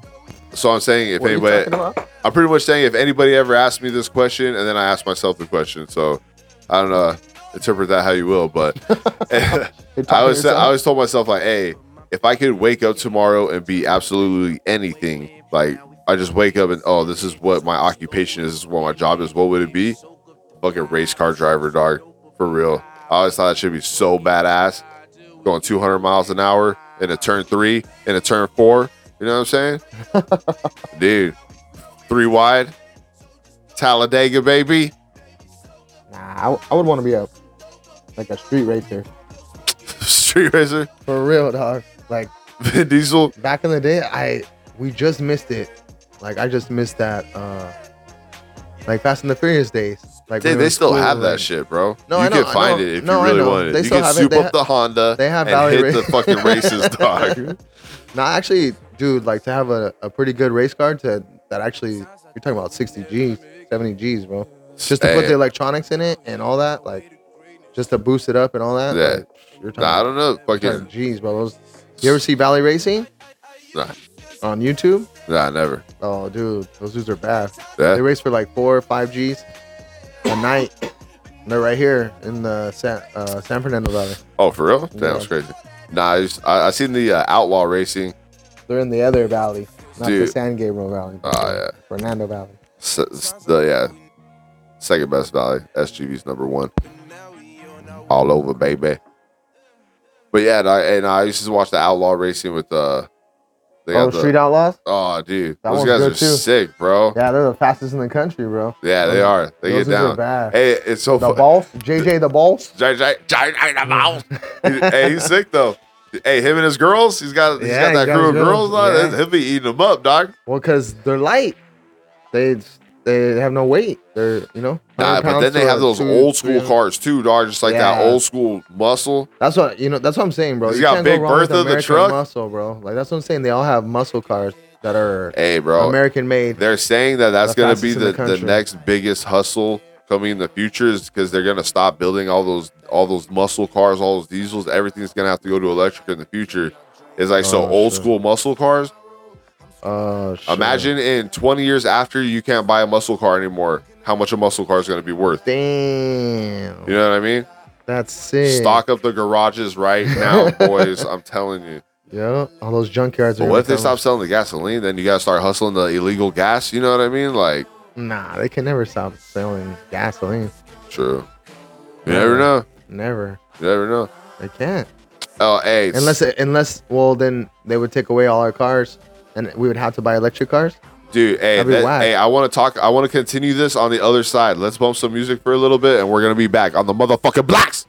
so I'm saying if What are you anybody, talking about? I'm pretty much saying if anybody ever asked me this question, and then I asked myself the question. So I don't know. Interpret that how you will, but *laughs* *laughs* You're I talking always to I yourself? always told myself like, hey, if I could wake up tomorrow and be absolutely anything, like I just wake up and oh, this is what my occupation is, this is what my job is, what would it be? Fucking race car driver, dog, for real. I always thought that should be so badass, going 200 miles an hour in a turn three, in a turn four. You know what *laughs* I'm saying, dude? Three wide, Talladega, baby. *laughs* nah, I, w- I would want to be a like a street racer Street racer, for real dog like Vin Diesel. back in the day i we just missed it like i just missed that uh like fast and the furious days like They, when it they was still cool, have that like- shit, bro. No, you I know, can I find know. it if No, I you really know. want it. They you still can have it. soup They up ha- the Honda they have and Valley hit Ra- the fucking *laughs* races, dog. no actually dude like to have a, a pretty good race car to that actually you're talking about 60 g's 70 g's bro just to put Hey. the electronics in it and all that like just to boost it up and all that Yeah. like, you're talking Nah, I don't know. Jeez, Fucking bro. Those, you ever see Valley Racing nah, on YouTube? nah, never. Oh, dude, those dudes are bad. They Yeah, race for like four or five Gs a night. And they're right here in the San, uh, San Fernando Valley. oh, for real? Damn, Yeah. it's crazy. Nah, I, just, I, I seen the uh, outlaw racing. They're in the other valley, not the Dude. San Gabriel Valley. but Oh, the yeah. Fernando Valley. S- s- the yeah, second best valley. SGV's number one. All over, baby. But yeah, and I, and I used to watch the outlaw racing with uh, they Oh, got the- Street Outlaws? oh, dude, That those one's guys good are too. sick, bro. Yeah, they're the fastest in the country, bro. Yeah, they are. They Those get dudes are down. bad. Hey, it's so The funny. Balls, JJ the Balls. *laughs* hey, he's sick though. Hey, him and his girls. He's got he's got Yeah, he that got crew of his girls. girls. on. Yeah. He'll be eating them up, dog. Well, because they're light. They they have no weight. They're you know. Nah, 100 but pounds then they to have a those two- old school 300. cars too, dog. Just like that Yeah. old school muscle. That's what you know. That's what I'm saying, bro. He's You got can't go Big wrong with Bertha, the American truck. muscle, bro. Like that's what I'm saying. They all have muscle cars that are Hey, bro. American made. They're saying that that's The going to fastest be in the, the the, country. next biggest hustle coming in the future is because they're going to stop building all those all those muscle cars, all those diesels. Everything's going to have to go to electric in the future. It's like so Oh, old shit. school muscle cars. Oh, shit. Imagine in 20 years after you can't buy a muscle car anymore, how much a muscle car is going to be worth. Damn. You know what I mean? That's sick. Stock up the garages right now, boys. I'm telling you. Yeah. All those junkyards. But what are gonna if they come- stop selling the gasoline? Then you got to start hustling the illegal gas. You know what I mean? Like, Nah, they can never stop selling gasoline. true. You never know. Never. You never know. They can't. Oh, hey. it's- Unless, unless, well, then they would take away all our cars, and we would have to buy electric cars. Dude, hey, That'd be that- whack. hey, I want to talk. I want to continue this on the other side. Let's bump some music for a little bit, and we're gonna be back on the motherfucking blacks.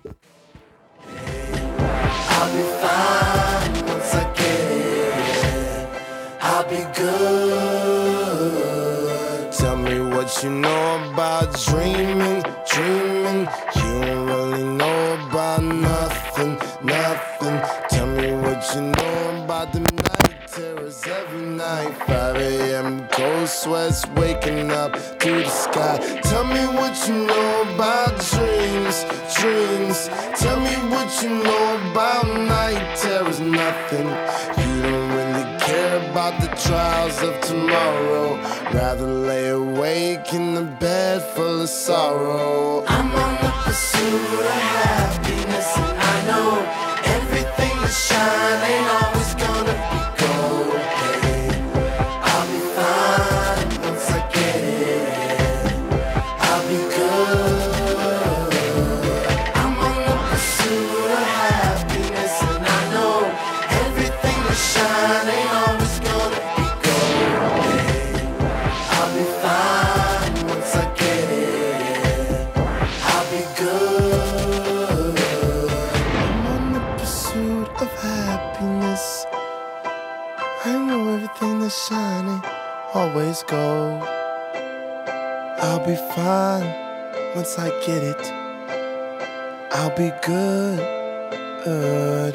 I'll be fine once I get it. I'll be good. Tell me what you know about dreaming, dreaming. You don't really know about nothing, nothing. Tell me what you know about the night terrors every night. 5 a.m. cold sweats waking up to the sky. Tell me what you know about dreams, dreams. Tell me what you know about night terrors, nothing. You don't really care about the trials of tomorrow. Rather lay awake in the bed full of sorrow. I'm on the pursuit of happiness, and I know everything is shining, always gonna be gold. Hey, I'll be fine once I get it. I'll be good. I'm on the pursuit of happiness, and I know everything is shining, always gonna be gold. Hey, I'll be fine once I get it. I'll be good. I'm on the pursuit of happiness. I know everything that's shining always gold. I'll be fine once I get it. I'll be good. Good.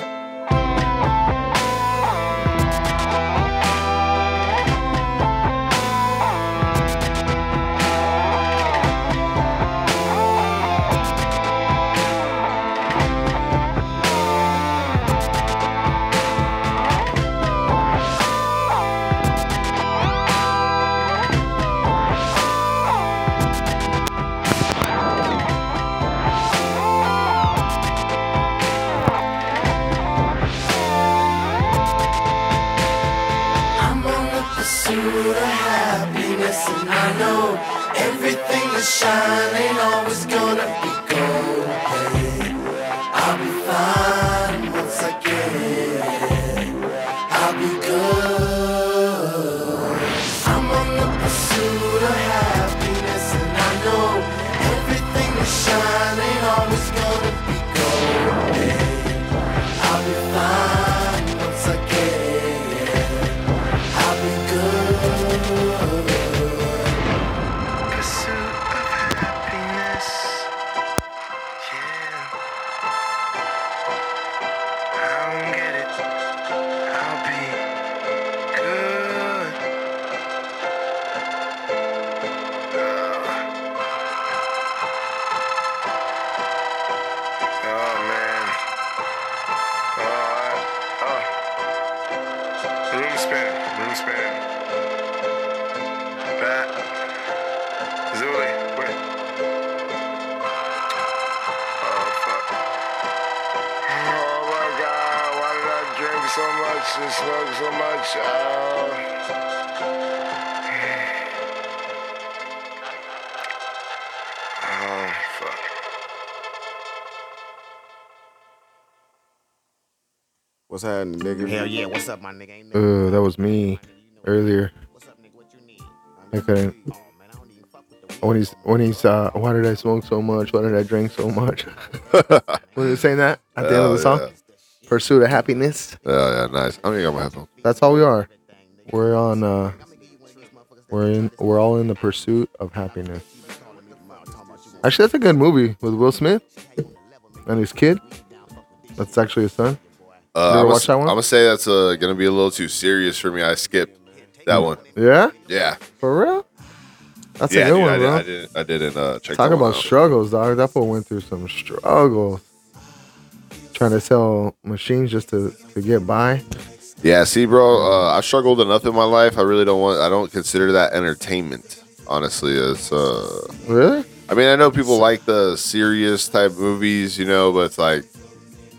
I'm on the pursuit of happiness, and I know everything that's shining always gonna be gold. Hey, I'll be fine once I get it. I'll be good. I'm on the pursuit of happiness, and I know everything that's shining always gonna be gold. Hey, I'll be fine once I get it. I'll be good. Pursuit of happiness. Yeah. I don't get it. I'll be good. Oh, oh man. Oh, I- oh. Room spin, room spin. Bat. Zuli, wait. Oh, fuck. Oh my god, why did I drink so much and smoke so much? Oh. Oh, fuck. What's happening, nigga? Hell yeah, what's up, my nigga? Ain't nothing Uh, that was me earlier. What's up, nigga? What you need? I couldn't. Oh, man, I don't even fuck with the When he's when he's uh, why did I smoke so much? Why did I drink so much? *laughs* when he was saying that at the end of the Hell song, pursuit of happiness. Yeah, yeah, nice. I'm gonna get my headphone. That's all we are. We're on uh, We're in. We're all in the pursuit of happiness. Actually, that's a good movie with Will Smith and his kid. That's actually his son. Uh, You ever I'm watch that one? I'm gonna say that's uh, gonna be a little too serious for me. I skipped that one. Yeah, Yeah, for real. That's yeah, a good dude, one, I, Did, bro. I didn't. I didn't uh, check. Talk that one about out. struggles, dog. That boy went through some struggles. Trying to sell machines just to, to get by. Yeah, see, bro, uh, I've struggled enough in my life. I really don't want. I don't consider that entertainment. Honestly, it's. Uh, Really? I mean, I know people like the serious type movies, you know, but it's like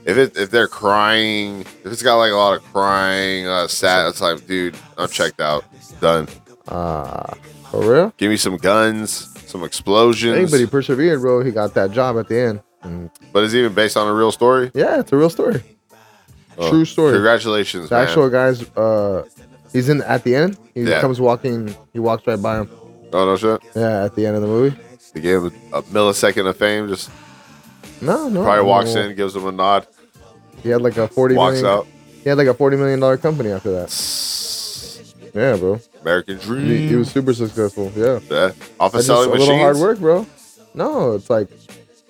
if it if they're crying, if it's got like a lot of crying, uh, sad, it's like, dude, I'm checked out. Done. Uh, for real? Give me some guns, some explosions. Hey, but he persevered, bro. He got that job at the end. And But it's even based on a real story. yeah, it's a real story. Oh, True story. Congratulations, The man. actual guy's uh he's in at the end. He Yeah. comes walking he walks right by him. oh no shit! Yeah, at the end of the movie. They gave him a millisecond of fame. Just No, no. probably walks no. in, gives him a nod, He had like a Oh. forty walks million- out. He had like a forty million dollar company after that. Yeah, bro. American He, Dream. he was super successful. Yeah. yeah. Off of That's selling just a little hard machines. work, bro. No, it's like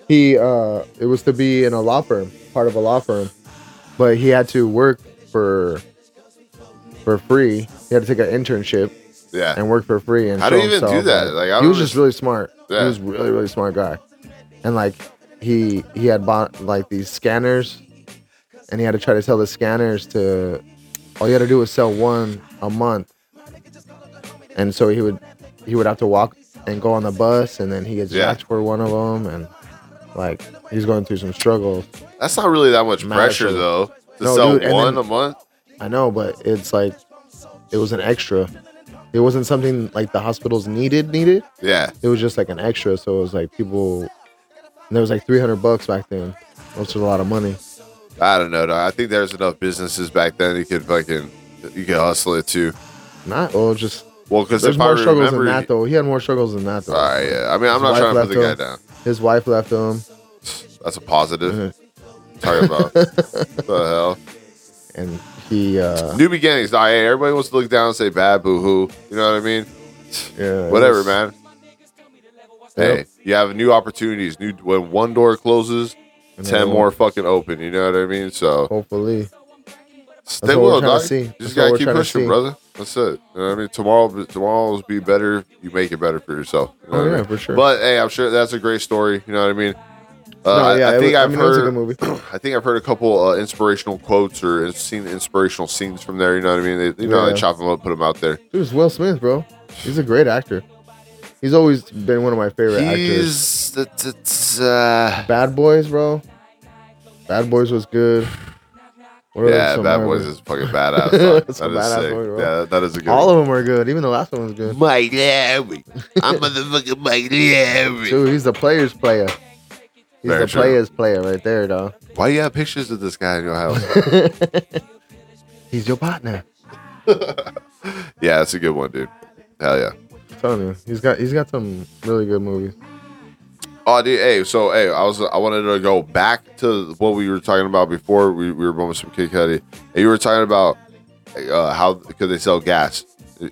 he uh it was to be in a law firm, part of a law firm, but he had to work for for free. He had to take an internship Yeah. and work for free and How show do you even do himself, that? Like, I he don't was just under- really smart. Yeah. He was really really smart guy, and like he he had bought like these scanners, and he had to try to sell the scanners to. All you had to do was sell one a month, and so he would he would have to walk and go on the bus, and then he gets Yeah. jacked for one of them, and like he's going through some struggles. That's not really that much Mad pressure struggle. though. To No, sell dude, and one then- a month. I know, but it's like it was an extra. It wasn't something like the hospitals needed needed. Yeah. it was just like an extra. So it was like people, and there was like 300 bucks back then, which is a lot of money. I don't know. Dog. I think there's enough businesses back then you could fucking you could hustle it too. Not, well, just Well, because there's if I more struggles remember, than that though. He had more struggles than that though. all right, yeah. I mean, I'm His not wife trying to put left the guy him. down. His wife left him, That's a positive. *laughs* Mhm. Talking *laughs* about what the hell. and he, uh, New beginnings. Nah, hey, everybody wants to look down and say bad boo hoo. You know what I mean? yeah, it Whatever, was- man. Hey, Yep. you have new opportunities. New when one door closes, ten Another one. more fucking open. You know what I mean? So Hopefully, Stay what we're will, trying to dog. see. You That's just what gotta we're keep trying to pushing, see. brother. That's it. You know what I mean, tomorrow, tomorrow's be better. You make it better for yourself. You know Oh, what I yeah, mean? for sure. But hey, I'm sure that's a great story. You know what I mean? Uh, No, I- yeah, I, it think was- I I've mean, it was a heard. good I think I've heard a couple uh, inspirational quotes or in- seen inspirational scenes from there. You know what I mean? They, you know, Yeah. they chop them up, put them out there. it was Will Smith, bro. He's a great actor. He's always been one of my favorite actors. He's it's, it's, uh, Bad Boys, bro. Bad Boys was good. What are yeah, some Bad other- Boys is fucking *laughs* badass. dog. It's a that is badass sick. movie, bro. yeah, that is a good. All one. of them are good. Even the last one was good. Mike Larry. I'm motherfucking *laughs* Mike Larry. Dude, he's the player's player. He's Very the true. player's player right there, dog. Why you have pictures of this guy in your house? *laughs* He's your partner. yeah, that's a good one, dude. Hell yeah. I'm telling you, he's got he's got some really good movies. Oh, dude. Hey, so hey, I was I wanted to go back to what we were talking about before we, we were bumming some Kid Cudi, and you were talking about uh, how could they sell gas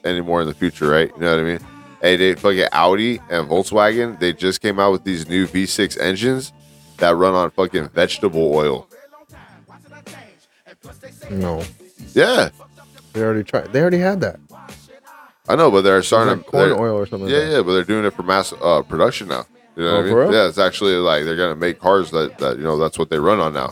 anymore in the future, right? You know what I mean? Hey, they fucking Audi and Volkswagen. They just came out with these new V6 engines that run on fucking vegetable oil. No, Yeah, they already tried. They already had that. It's I know, but they're starting like to corn they're- oil or something. Yeah, like that. yeah, but they're doing it for mass uh, production now. You know Oh, what I mean? for real? Yeah, it's actually like they're gonna make cars that, that you know that's what they run on now.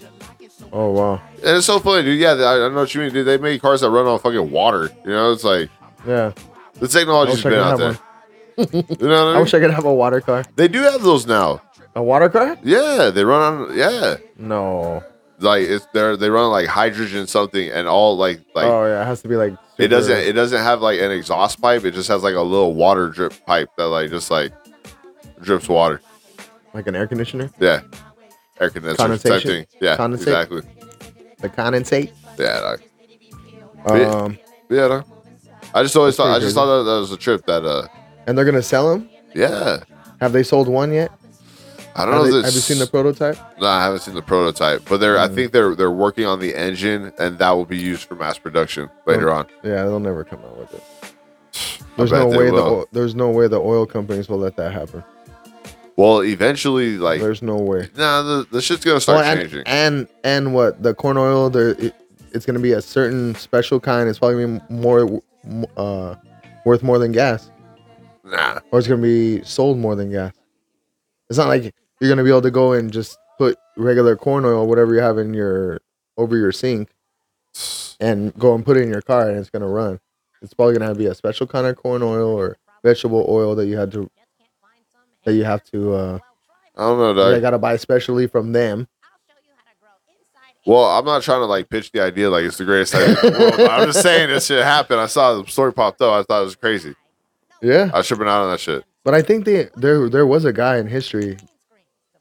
Oh wow. And it's so funny, dude. Yeah, I, I know what you mean, dude. They make cars that run on fucking water. You know, it's like Yeah. the I technology's wish I been could out have there. *laughs* you know what I I mean? wish I could have a water car. they do have those now. A water car? Yeah, they run on. Yeah, No. like it's they're they run on like hydrogen something and all like like oh yeah, it has to be like. it doesn't super- it doesn't have like an exhaust pipe. It just has like a little water drip pipe that like just like drips water. like an air conditioner, Yeah, air condenser type Condensation? thing. Yeah, Condensate? exactly. the condensate. Yeah, dog. Yeah. Um, yeah. Dog. I just always That's thought I pretty just crazy. thought that, that was a trip that uh and they're gonna sell them. yeah. Have they sold one yet? I don't Have, know. they- if have you it's- seen the Hmm. prototype? No, I haven't seen the prototype, but they're. I think they're they're working on the Hmm. engine, and that will be used for mass production later on. *sighs* Yeah, they'll never come out with it. There's bet no they way the will. oil, there's no way the oil companies will let that happen. Well, eventually, like, There's no way. nah, the, the shit's gonna start Oh, and, changing. and and what the corn oil there it, it's gonna be a certain special kind. It's probably gonna be more uh, worth more than gas, nah, or it's gonna be sold more than gas. It's not like you're gonna be able to go and just put regular corn oil, whatever you have in your over your sink, and go and put it in your car and it's gonna run. It's probably gonna be a special kind of corn oil or vegetable oil that you had to that you have to uh, I don't know, that dog. I gotta buy specially from them. Well, I'm not trying to like pitch the idea like it's the greatest idea in the world. But I'm just saying this shit happened. I saw the story popped up. I thought it was crazy. Yeah. I should have been out on that shit. But I think they there there was a guy in history.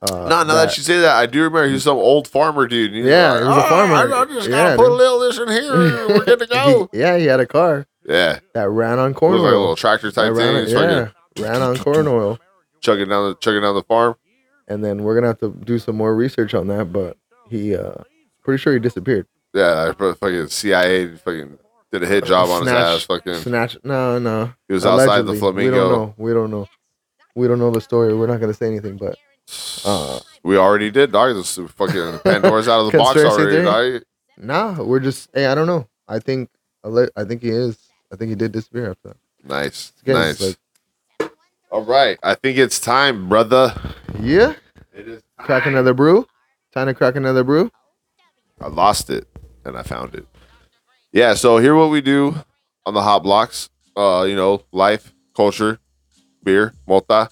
Uh, No, now that, you say that, I do remember he was some old farmer dude. and he Yeah, like, he was a "Ah, farmer." I, I just gotta Yeah, put a dude. little of this in here. We're good to go. *laughs* he, yeah, he had a car yeah, that ran on it corn was like a little oil. tractor That type ran thing. on- He's yeah, fucking ran on corn oil. chugging down the chugging down the farm. And then we're gonna have to do some more research on that. But he, uh, pretty sure he disappeared. Yeah, I probably fucking CIA fucking did a hit job on his ass. Snatched- Fucking, Uh, Snatch? No, no. he was outside the Allegedly. flamingo. We don't know. We don't know. We don't know the story. We're not gonna say anything. But uh, We already did, dog. This is *laughs* fucking Pandora's out of the box Conspiracy already, theory? dog. nah, we're just. Hey, I don't know. I think. alle- I think he is. I think he did disappear after that. Nice, Yeah, nice. it's like- All right, I think it's time, brother. Yeah. It is. Crack another brew. Time to crack another brew. I lost it and I found it. Yeah, so here what we do on the hot blocks. Uh, you know, life, culture, beer, multa.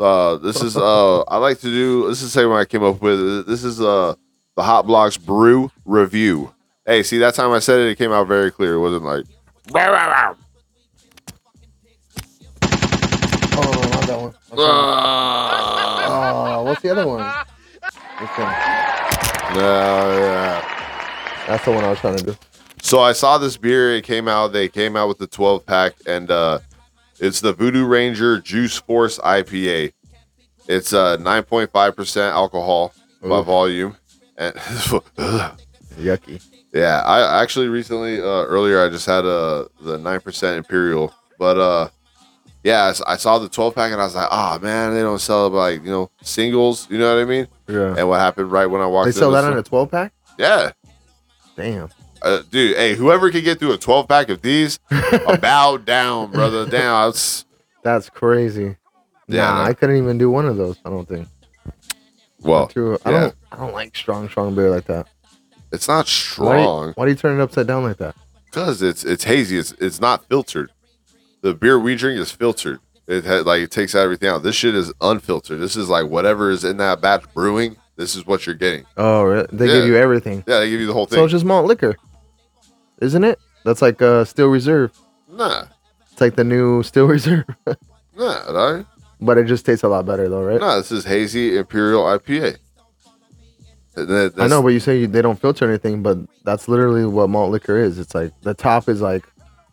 Uh, this is uh, I like to do. This is the segment I came up with. This is uh, the hot blocks brew review. Hey, see that time I said it, it came out very clear. It wasn't like Oh, not that one. Ah. Oh, what's the other one? This one. no. yeah. That's the one I was trying to do. So I saw this beer. It came out. They came out with the 12 pack, and uh, it's the Voodoo Ranger Juice Force IPA. It's uh, 9.5% alcohol by Ooh. volume. And *laughs* Yucky. yeah, I actually recently uh, earlier I just had uh, the 9% Imperial, but uh, yeah, I s- I saw the 12 pack and I was like, ah man, they don't sell like you know singles. You know what I mean? Yeah. And what happened right when I walked? They in sell this that on one- a 12 pack? yeah. Damn. Uh, dude, hey, whoever can get through a 12 pack of these, *laughs* I bow down, brother. Damn, I was- That's crazy. Yeah, nah, no. I couldn't even do one of those. I don't think. well, True. I Oh, yeah. don't. I don't like strong, strong beer like that. it's not Why do you- Why strong do, you turn it upside down like that? because it's it's hazy. It's it's not filtered. The beer we drink is filtered. It had like it takes everything out. This shit is unfiltered. This is like whatever is in that batch brewing. This is what you're getting. Oh, really? They Yeah. give you everything. Yeah, they give you the whole So thing. it's just malt liquor, isn't it? That's like uh, Steel Reserve. nah, It's like the new Steel *laughs* Reserve, nah, dog. but it just tastes a lot better though, right? nah. This is hazy imperial IPA. And that- I know, that's- but you say you, they don't filter anything, but that's literally what malt liquor is. It's like the top is like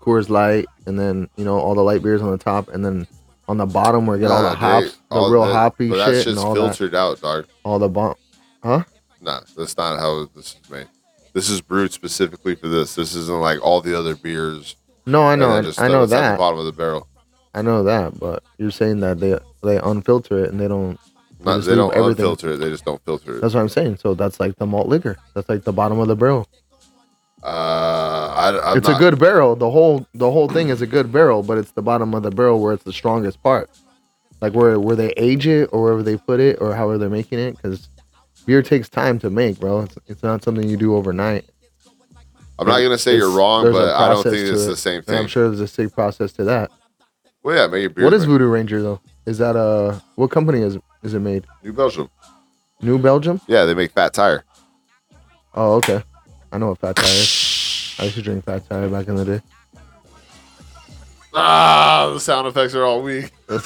Coors Light, and then you know all the light beers on the top, and then on the bottom where you get all nah, the hops, dude, the all real that- hoppy but That's shit, and just all filtered out, dog. that, all the bomb. Huh? Nah, that's not how this is made. This is brewed specifically for this. This isn't like all the other beers. No, I know, and then I, just I throw know this At the that, bottom of the barrel. I know that, but you're saying that they they unfilter it and they don't. They Not, just they leave don't everything. unfilter it. They just don't filter it. That's what I'm saying. So that's like the malt liquor. That's like the bottom of the barrel. Uh, I, am it's a good barrel. The whole the whole thing is a good barrel, but it's the bottom of the barrel where it's the strongest part. Like where where they age it or wherever they put it or however they're making it, because beer takes time to make, bro. It's, it's not something you do overnight. I'm not gonna say you're It's- wrong, there's a but I don't process think to it's it, the same And thing. I'm sure there's a sick process to that. Well, yeah, make your beer. what is man. Voodoo Ranger though? Is that uh what company is is it made? New Belgium? New Belgium? Yeah, they make Fat Tire. Oh okay. I know what fat tire is. I used to drink fat tire back in the day. Ah, the sound effects are all *laughs* weak. *laughs*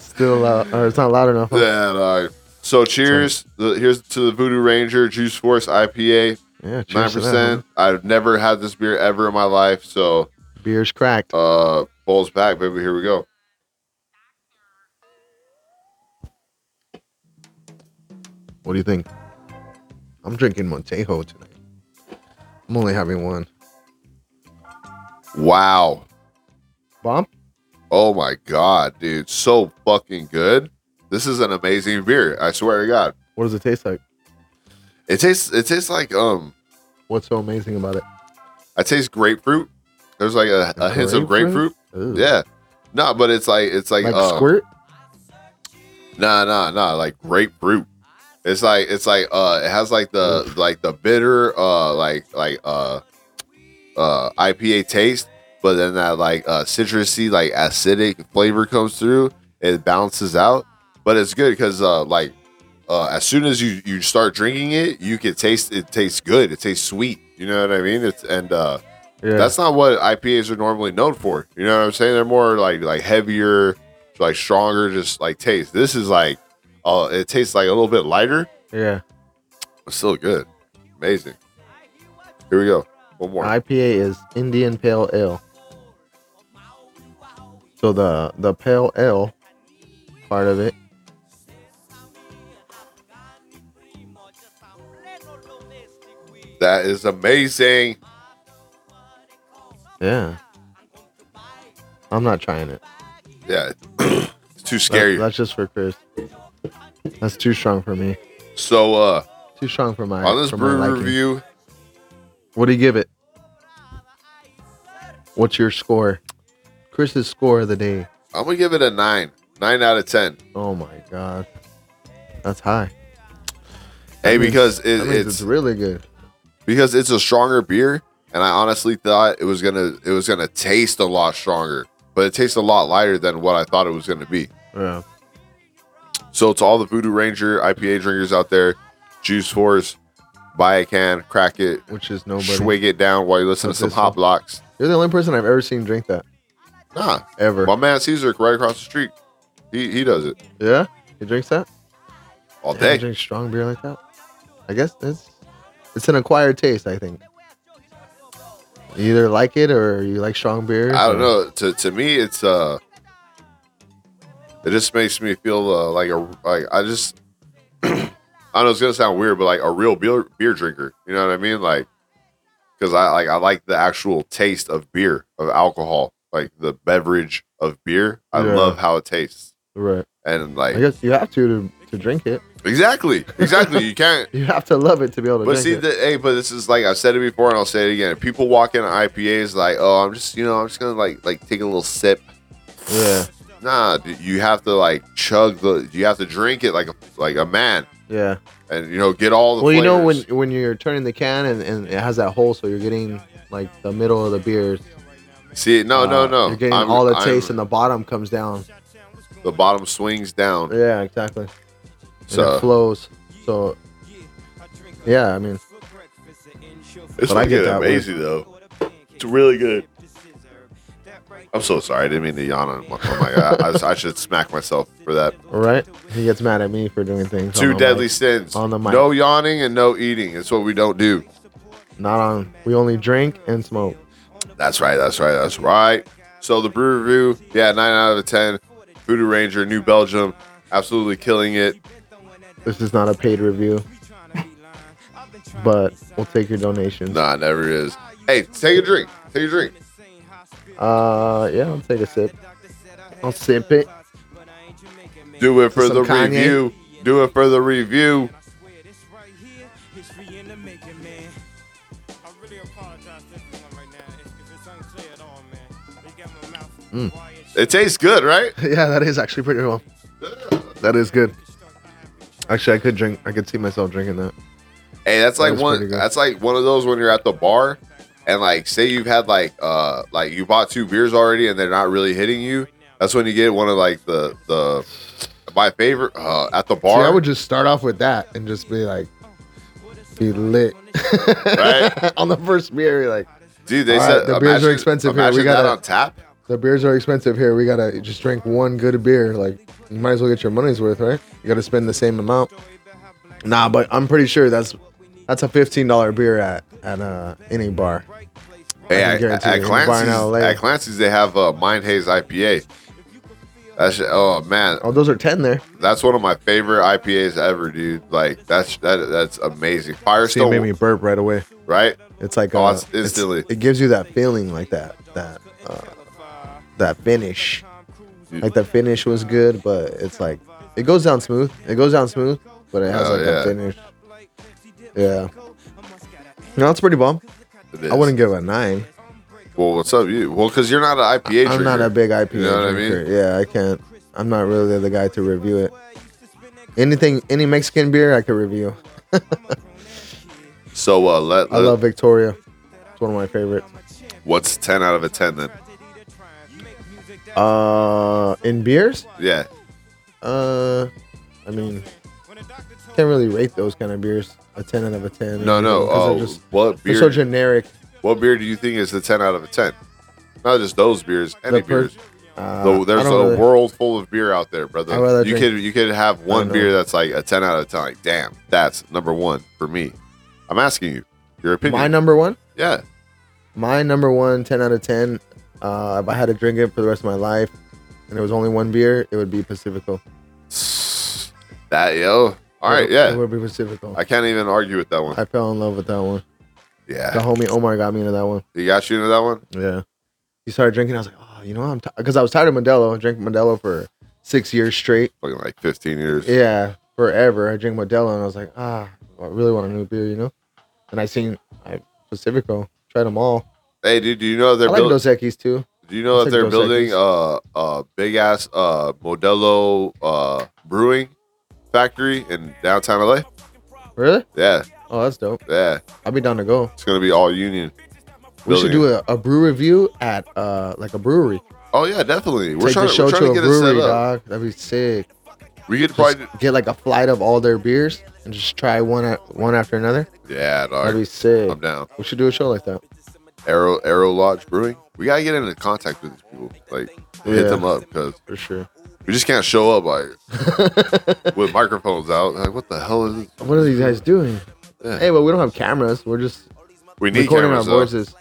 Still uh or it's not loud enough. huh? Yeah, dog. So cheers. The, here's to the Voodoo Ranger Juice Force IPA, Yeah, nine cheers to that, percent. I've never had this beer ever in my life, so huh? Beer's cracked. Uh, bowls back, baby. Here we go. What do you think? I'm drinking Montejo tonight. I'm only having one. Wow. Bomb? Oh my god, dude, so fucking good. This is an amazing beer. I swear to God, What does it taste like? it tastes it tastes like um, What's so amazing about it? I taste grapefruit. There's like a, a hint of grapefruit. Grapefruit? Ooh. Yeah, no, but it's like it's like, Like uh, squirt? Nah, nah, nah. Like grapefruit. It's like it's like uh it has like the like the bitter uh like like uh uh IPA taste, but then that like uh citrusy like acidic flavor comes through. It balances out, but it's good because uh like uh as soon as you you start drinking it, you can taste it tastes good. It tastes sweet. You know what I mean? It's and uh Yeah. that's not what IPAs are normally known for. You know what I'm saying? They're more like like heavier, like stronger, just like taste. This is like, uh, it tastes like a little bit lighter, yeah. but still good. Amazing. Here we go. One more. IPA is Indian Pale Ale. So the the pale ale part of it that is amazing. Yeah. I'm not trying it. Yeah, *clears throat* it's too That- scary. that's just for Chris. That's too strong for me. so uh, Too strong for my. on this for my brew liking. review, What do you give it? What's your score? Chris's score of the day. I'm gonna give it a nine, nine out of ten. Oh my god. That's high. Hey, means- because That it, means it's it's really good. because it's a stronger beer and i honestly thought it was gonna it was gonna taste a lot stronger but it tastes a lot lighter than what i thought it was gonna be Yeah. so to all the voodoo ranger ipa drinkers out there juice force buy a can crack it Which is nobody. swig it down while you listen But to some this one- hop locks You're the only person I've ever seen drink that. nah Ever. my man caesar right across the street he, he does it Yeah? He drinks that? all Yeah, he day drinks strong beer like that. I guess it's it's an acquired taste, I think. You either like it or you like strong beer. i don't know to, to me it's uh it just makes me feel uh, like a like i just *clears throat* I know it's gonna sound weird, but like a real beer beer drinker. You know what I mean? Like, because I like I like the actual taste of beer of alcohol, like the beverage of beer. I Yeah. love how it tastes, Right. and I like guess you have to, to to drink it. exactly, exactly. You *laughs* can't. You have to love it to be able to But drink see, it. the, hey, but this is like I've said it before, and I'll say it again. If people walk into IPAs like, oh, I'm just you know, I'm just gonna like like take a little sip. yeah. Nah, dude, you have to like chug the. You have to drink it like a like a man, Yeah. and you know, get all the. Well, you know when flavors. when you're turning the can and, and it has that hole, so you're getting like the middle of the beer. See, no, no, uh, no. You're getting I'm- all the I'm- taste, and the bottom comes down. the bottom swings down. Yeah, exactly. and it So flows. So yeah, I mean, it's But I fucking get that amazing though. It's really good. I'm so sorry. I didn't mean to yawn on my. Oh my god! I, I should smack myself for *laughs* that. all right. He gets mad at me for doing things. on Two the deadly mic. sins. On the mic. No yawning and no eating. It's what we don't do. Not on. We only drink and smoke. That's right. That's right. That's right. So the brew review, yeah, nine out of ten. Voodoo Ranger, New Belgium, absolutely killing it. This is not a paid review, *laughs* but we'll take your donations. Nah, it never is. Hey, take a drink. Take a drink. Uh, yeah, I'll take a sip. I'll sip it. Do it for Some the Kanye. review. Do it for the review. It tastes good, right? *laughs* yeah, that is actually pretty well. That is good. Actually, I could drink. I could see myself drinking that. Hey, that's like was one. pretty good. That's like one of those when you're at the bar, and like say you've had like uh like you bought two beers already, and they're not really hitting you. That's when you get one of like the the my favorite uh at the bar. See, I would just start off with that and just be like, be lit. Right. *laughs* on the first beer, you're like Dude, they All said right, the beers are imagine- expensive here. We Imagine that gotta- on tap. the beers are expensive here. We gotta just drink one good beer. Like you might as well get your money's worth, right? You gotta spend the same amount. Nah, but I'm pretty sure that's that's a fifteen dollar beer at at uh, any bar. Hey, I at, can guarantee at you, in a bar in Clancy's, LA. at Clancy's, they have uh, Mind Haze IPA. That's oh man, Oh, those are ten there. that's one of my favorite IPAs ever, dude. Like that's that that's amazing. See, it made Firestone, me burp right away. right? It's like Oh, uh, it's instantly. it gives you that feeling like that that uh, that finish. Like the finish was good, but it's like it goes down smooth. It goes down smooth, but it has Oh, like that yeah. finish. Yeah. No, it's pretty bomb. It is. I wouldn't give it a nine. Well, what's up, you? Well, because you're not an IPA. I'm not drinker. a big IPA You know what I mean? drinker. Yeah, I can't. I'm not really the guy to review it. Anything, any Mexican beer, I could review. So uh, let, I love Victoria. It's one of my favorites. What's ten out of a ten then? Uh, in beers, Yeah, uh, I mean, can't really rate those kind of beers a ten out of a ten. no, no. because Oh, they're just what they're beer? so generic. what beer do you think is the ten out of a ten? Not just those beers, any per- beers. Uh, Though I there's a don't really- world full of beer out there, I'd rather brother. You drink- could you could have one know. beer that's like a ten out of ten. Like, damn, that's number one for me. I'm asking you your opinion. My number one, yeah, my number one, 10 out of ten. Uh, if I had to drink it for the rest of my life, and it was only one beer, it would be Pacifico. that yo. All right, It- it yeah. would be Pacifico. I can't even argue with that one. I fell in love with that one. The Yeah, homie Omar got me into that one. he got you into that one. Yeah. He started drinking. I was like, oh, you know, I'm because I was tired of Modelo. I drank Modelo for six years straight. Fucking like 15 years. Yeah, forever. I drank Modelo, and I was like, ah, I really want a new beer, you know. And I seen I, Pacifico. Tried them all. Hey, dude, do you know they're I like building? Dos Equis too. Do you know that I'll take they're Dos building a Equis. uh, uh, big ass uh, Modelo uh, brewing factory in downtown LA? Really? Yeah, Oh, that's dope. yeah. I'll be down to go. It's gonna be all union. We should do a, a brew review at uh like a brewery. Oh yeah, definitely. We're Take trying, the show we're trying to to a get it set brewery, up. dog. That'd be sick. We could Just probably. get like a flight of all their beers and just try one at one after another. Yeah, That'd be dog. sick. I'm down. We should do a show like that. Arrow Arrow Lodge Brewing. We gotta get into contact with these people. Like, hit Yeah. them up because For sure. we just can't show up like *laughs* with microphones out. Like, what the hell is this? What are these guys doing? Yeah. Hey, but we don't have cameras. We're just We need recording cameras. our though. voices.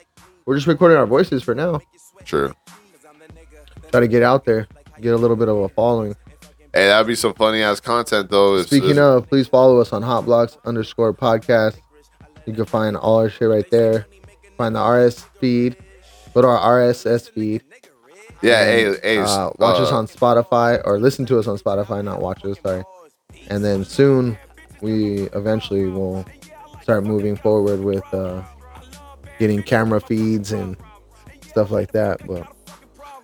We're just recording our voices for now. True. Try to get out there, get a little bit of a following. Hey, that'd be some funny ass content though. It's- Speaking it's- of, please follow us on Hot Blocks underscore podcast. You can find all our shit right there. Find the RS feed. Go to our RSS feed. yeah, hey, and, hey, uh, watch us uh, on Spotify or listen to us on Spotify, not watch us. Sorry. And then soon, we eventually will start moving forward with uh, getting camera feeds and stuff like that. But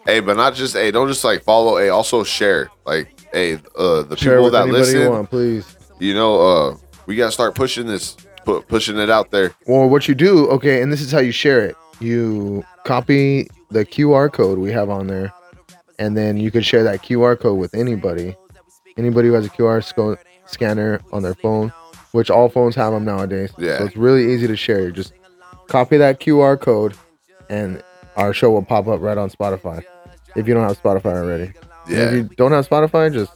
Hey, but not just hey, don't just like follow. Hey, also share. Like hey, uh, the share people with that anybody listen, you you, want, please. know, uh, we gotta start pushing this, pu- pushing it out there. Or what you do, okay, and this is how you share it. You copy the QR code we have on there, and then you could share that QR code with anybody. Anybody who has a QR sco- scanner on their phone, which all phones have them nowadays. Yeah. So it's really easy to share. Just copy that QR code, and our show will pop up right on Spotify if you don't have Spotify already. And Yeah, if you don't have Spotify, just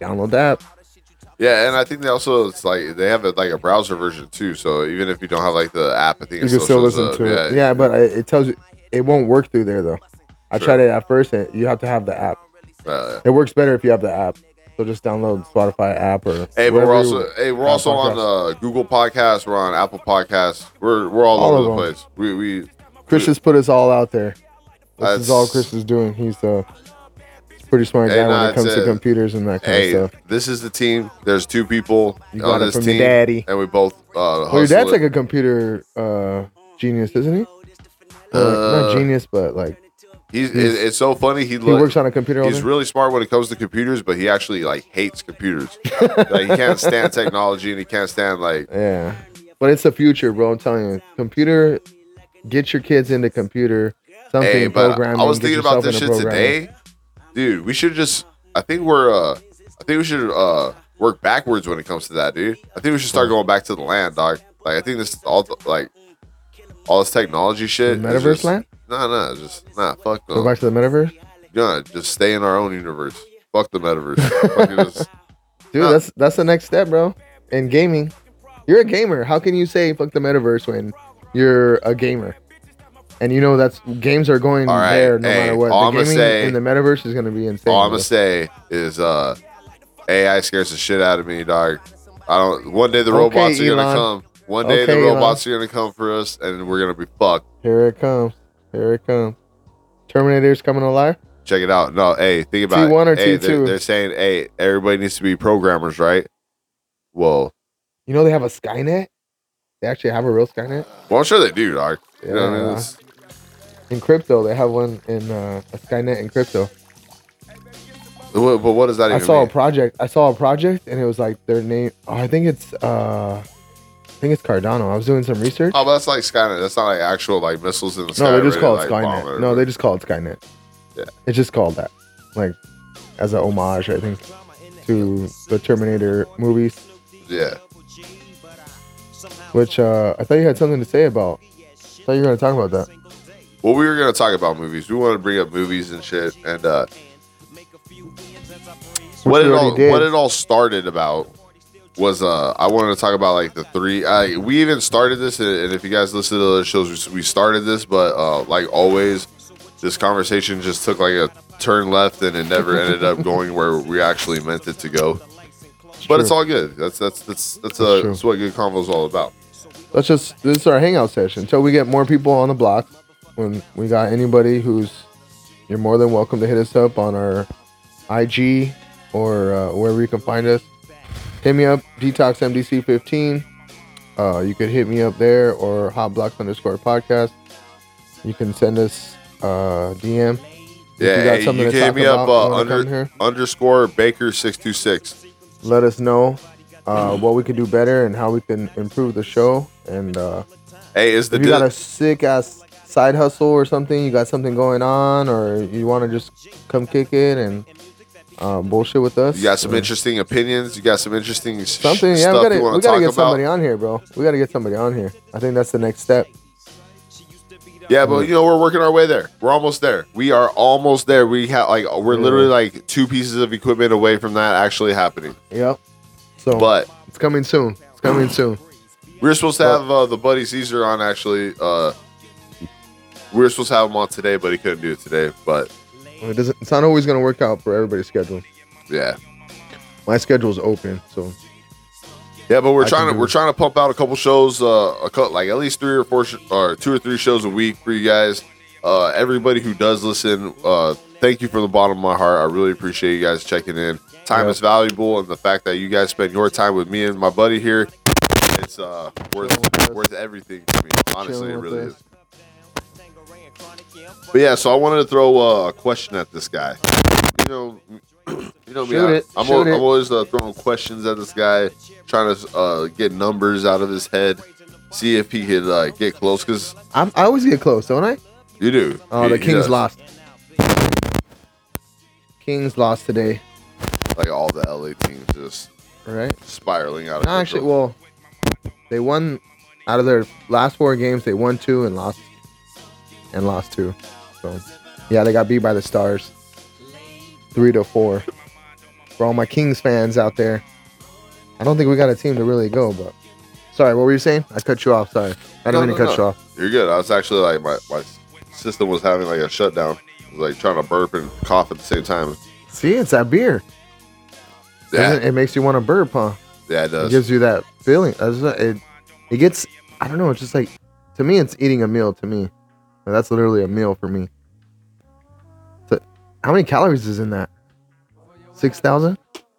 download that. yeah, and I think they also it's like they have a, like a browser version too. So even if you don't have like the app, I think you it can still shows listen up. to it. Yeah, Yeah, but I, it tells you it won't work through there though. I Sure. tried it at first, and you have to have the app. uh, It works better if you have the app. So just download Spotify app or. Hey, but wherever we're you- also hey, we're uh, also podcast. on uh, Google Podcasts. We're on Apple Podcasts. We're we're all, All over the of them. place. We we Chris has put us all out there. This That's- is all Chris is doing. He's uh, he's a pretty smart Hey, guy nah, when it comes to it's, uh, computers and that kind hey, of stuff. this is the team. There's two people You on got it this from team, your daddy. and we both. Uh, Well, your hustle dad's it. like a computer uh, genius, isn't he? Or, like, Uh, not genius, but like He's, it- it's so funny. He, he look- works on a computer. all He's day. really smart when it comes to computers, but he actually like hates *laughs* computers. like he can't stand technology and he can't stand like Yeah. But it's the future, bro. I'm telling you. Computer, get your kids into computer. Something hey, but I- programming. I was get thinking about yourself this into shit programming. today. Dude, we should just I think we're uh I think we should uh work backwards when it comes to that, dude. I think we should start Hmm. going back to the land, dog. Like I think this all the- like all this technology shit. The is metaverse just, land? Nah, nah, just nah, fuck Go no. back to the metaverse. Nah, just stay in our own universe. Fuck the metaverse. *laughs* Fuck it, just- Dude, Nah. that's that's the next step, bro. In gaming. You're a gamer. How can you say fuck the metaverse when you're a gamer? And you know that's games are going All right, there no hey, matter what. all The I'ma gaming say- in the metaverse is gonna be insane. All I'm bro. gonna say is uh AI scares the shit out of me, dog. I don't one day the Okay, robots are gonna Elon. come. One day the Okay, Elon. robots are gonna come for us and we're gonna be fucked. Here it comes. Here it comes. Terminator's coming alive. Check it out. No, hey, think about T1 or it. Hey, T2? they're, they're saying, hey, everybody needs to be programmers, right? Well, You know they have a Skynet. They actually have a real Skynet well, I'm sure they do, dog. You know what I mean? Yeah. It's- in crypto. They have one in uh, a Skynet in crypto. what- but what does that I even saw a mean? project. I saw a project, and it was like their name. Oh, I think it's uh, I think it's Cardano. I was doing some research. Oh, but that's like Skynet. That's not like actual like missiles in the sky. no, they just ready to, call it like, bomb Skynet. or- No, they just call it Skynet. Yeah. it's just called that, like as a homage, I think, to the Terminator movies. yeah. Which uh, I thought you had something to say about. I thought you were going to talk about that. Well, we were gonna talk about movies. We want to bring up movies and shit, and uh, what we it already all did. what it all started about was uh, I wanted to talk about like the three. I we even started this, and, and if you guys listen to the shows, we started this, but uh, like always, this conversation just took like a turn left, and it never ended up going where we actually meant it to go. But it's true. all good. That's that's that's that's, That's uh, true. that's what good convo is all about. Let's just this is our hangout session until we get more people on the block. When we got anybody who's, you're more than welcome to hit us up on our IG or uh, wherever you can find us. Hit me up, DetoxMDC15. Uh, you could hit me up there or Hot Blocks underscore podcast. You can send us uh, Yeah, DM. you got hey, something you to can hit talk me up about, uh, you wanna come under, here? underscore Baker six two six. Let us know uh, what we can do better and how we can improve the show. And uh, Hey, is the if you got di- a sick ass side hustle or something, you got something going on, or you want to just come kick it and uh, bullshit with us. you got some or interesting opinions? You got some interesting s- something. Yeah, stuff we you gotta, want we to gotta talk get about? somebody on here, bro. We gotta get somebody on here. I think that's the next step. Yeah, but you know we're working our way there. We're almost there. We are almost there. We have like we're Yeah. literally like two pieces of equipment away from that actually happening. Yep. So But it's coming soon. It's coming soon. we were supposed to have uh, the buddy Caesar on actually. Uh, we were supposed to have him on today, but he couldn't do it today. But It doesn't. It's not always gonna work out for everybody's schedule. yeah, My schedule's open, so Yeah, but we're I can trying to do we're it. trying to pump out a couple shows, uh, a couple, like at least three or four sh- or two or three shows a week for you guys. Uh, everybody who does listen, uh, thank you from the bottom of my heart. I really appreciate you guys checking in. Time Yeah. is valuable, and the fact that you guys spend your time with me and my buddy here, it's uh, with us. worth worth everything to me. Honestly, it with really us. is. But yeah, so I wanted to throw uh, a question at this guy. You know, *clears throat* you know me. Shoot I, it, I'm, shoot al- it. I'm always uh, throwing questions at this guy, trying to uh, get numbers out of his head, see if he could uh, get close. Cause I'm, I always get close, don't I? you do. Oh, He- the he Kings does. lost. Kings lost today, Like all the LA teams just right? spiraling out of No, actually, control. well, they won out of their last four games. They won two and lost, and lost two. So, yeah, they got beat by the Stars, three to four. For all my Kings fans out there, I don't think we got a team to really go. But sorry, what were you saying? I cut you off. Sorry, I No, didn't mean to no, cut no. you off. you're good. I was actually like my my system was having like a shutdown. I was like trying to burp and cough at the same time. See, it's that beer. Yeah, Doesn't- It makes you want to burp, huh? yeah, it It does. gives you that feeling. That's what- It, it gets, I don't know, it's just like, to me, it's eating a meal to me. Like, That's literally a meal for me. So, how many calories is in that? 6,000? *laughs* if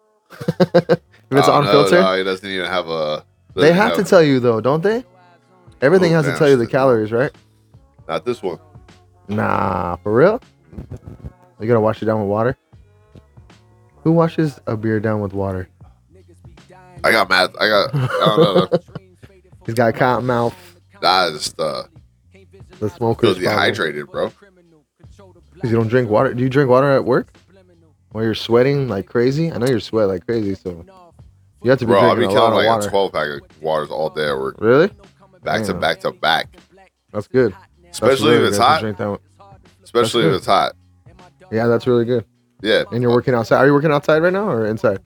it's Oh, on no, filter? no, it doesn't even have a. they doesn't have to tell you, though, don't they? Everything Oh, has to damn, tell you the shit. calories, right? Not this one. Nah, for real? You gotta wash it down with water? Who washes a beer down with water? I got mad. I got. I don't know. He's got a cotton mouth. Nah, I just uh, The smoker's feel problem. dehydrated, bro. Because you don't drink water. Do you drink water at work? While you're sweating like crazy? I know you're sweating like crazy, so you have to be Bro, I'll be drinking a lot counting of like water. a 12 pack of waters all day at work, Really? back to Damn. back to back. That's good. That's Especially really if it's good. I hot. drink that one. Especially if good. it's hot. Yeah, that's really good. Yeah. And you're working outside. Are you working outside right now or inside?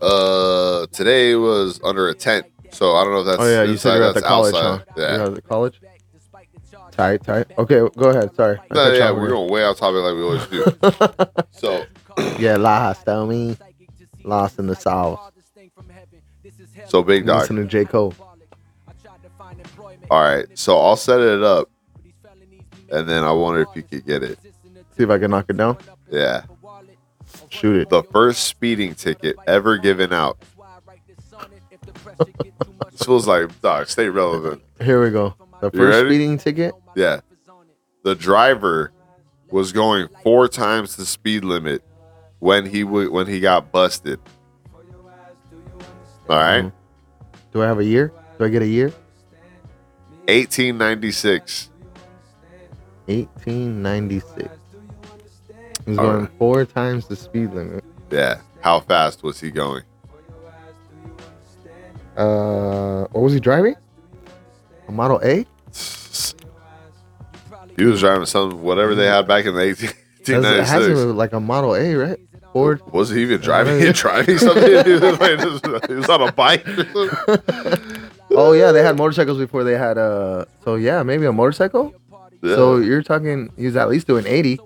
Uh, today was under a tent, so I don't know if that's. oh yeah, you inside, said you're at the that's college, outside. huh? Yeah. You're at the college. *laughs* Tight, tight. Okay, go ahead. Sorry. I No, cut you yeah, off we're there. going way off topic like we always do. *laughs* so, Yeah, lost, homie. Lost in the south. so big dog. Listen to J Cole. All right, so I'll set it up, and then I wonder if you could get it. See if I can knock it down. Yeah. Shoot it. The first speeding ticket ever given out. this feels like, dog, stay relevant. Here we go. The You first ready? speeding ticket. Yeah. The driver was going four times the speed limit when he w- when he got busted. All Mm-hmm. right. Do I have a year? Do I get a year? 1896. 1896. He's All going right. four times the speed limit. Yeah. How fast was he going? Uh, what was he driving? A Model A. He was driving some whatever they had back in the 18- That's- It has to be 1896. like a Model A, right? Ford. Was he even driving? *laughs* He driving something? he, was like- he was on a bike. *laughs* or something? Oh yeah, they had motorcycles before they had uh. So yeah, maybe a motorcycle. Yeah. So you're talking he's at least doing 80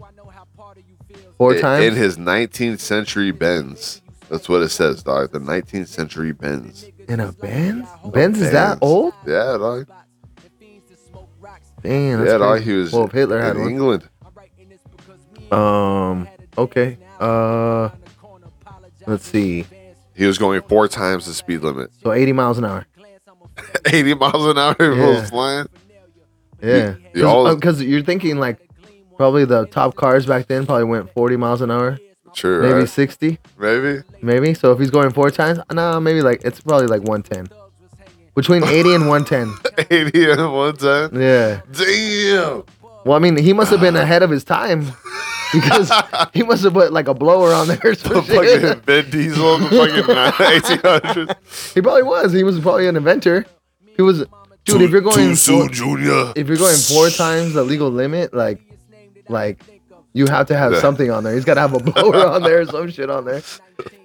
four in, times. in his 19th century Benz. That's what it says, dog. The 19th century Benz. In a Benz? Benz is that Benz. old? Yeah, dog. Damn. That's Yeah, dog. crazy. He was Well, if Hitler in had one. England. Um. Okay. Uh. Let's see. He was going four times the speed limit. *laughs* So 80 miles an hour. 80 miles an hour. He Yeah. was flying. Yeah. You all- Because you're thinking like probably the top cars back then probably went 40 miles an hour, True, maybe right? 60, Maybe. *laughs* maybe. So if he's going four times, nah, maybe like it's probably like 110. Between 80 *laughs* and 110. 80 at one time. Yeah. Damn. Well, I mean, he must have been ahead of his time *laughs* because he must have put like a blower on there. or some *laughs* The shit. *laughs* fucking Vin Diesel, the *laughs* fucking 1800s. He probably was. He was probably an inventor. He was, dude. if you're going four, Junior. if you're going four times the legal limit, like, like, you have to have Yeah. something on there. He's got to have a blower on there, or some *laughs* shit on there.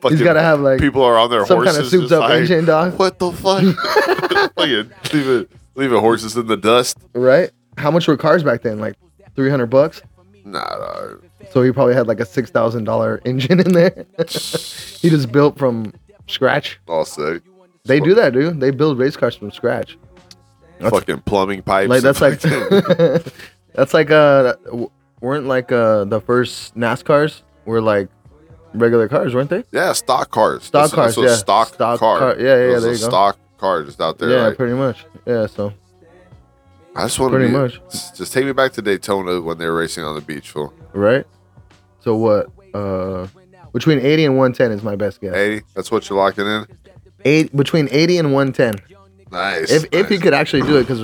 Fucking gotta have, like, people are on their some horses. kind of souped just up like, engine, dog. What the *laughs* fuck? *laughs* Fucking leave it, leave it horses in the dust. Right? How much were cars back then? Like three hundred bucks. Nah, dog. So he probably had like a six thousand dollar engine in there. *laughs* he just built from scratch. all sick. They do that, dude. They build race cars from scratch. fucking plumbing pipes. Like that's like and *laughs* that's like uh w- weren't like uh the first NASCARs were like regular cars, weren't they? yeah, stock cars. Stock That's- cars, That's what yeah. stock, Stock car. car- yeah, yeah, Those there are you go. Stock car just out there. yeah, like, pretty much. Yeah, so I just want pretty to be, much. Just, just take me back to Daytona when they were racing on the beach, fool. right. So what? Uh, between eighty and one ten is my best guess. Eighty. That's what you're locking in. Eight between eighty and one ten. Nice. If if he nice. could actually do it, because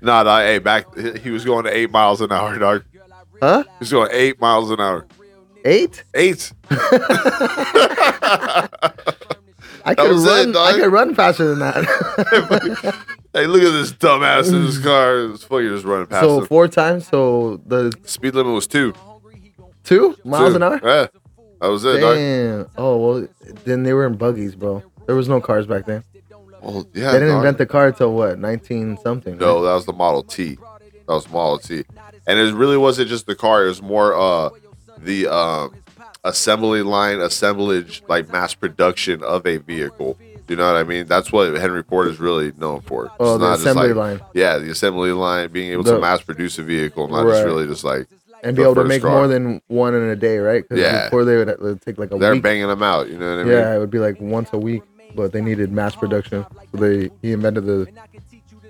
Nah, nah, hey, back. he- He was going to eight miles an hour, dog. He huh was going eight miles an hour. eight. Eight. I could was it, run. I dog. could run faster than that. *laughs* Hey, look at this dumbass in this car. This fucker just running past so him. four times. So the Speed limit was two two miles Two. an hour. Yeah, that was it. Dog. Damn. Oh well, then they were in buggies, bro. There was no cars back then. Well, Oh, yeah, They didn't dog. invent the car till what, 19 something? No, that was the Model T. That was Model T. And it really wasn't just the car. It was more uh the um assembly line assemblage like mass production of a vehicle. You know what I mean? That's what Henry Ford is really known for. Oh, It's the not just assembly like- line. Yeah, the assembly line, being able The- to mass produce a vehicle, not just Right. really just like And be the able to first make car. more than one in a day, right? 'Cause Yeah. Before they would, it would take like a they're week. banging them out. You know what I mean? yeah, it would be like once a week, but they needed mass production, so they he invented the.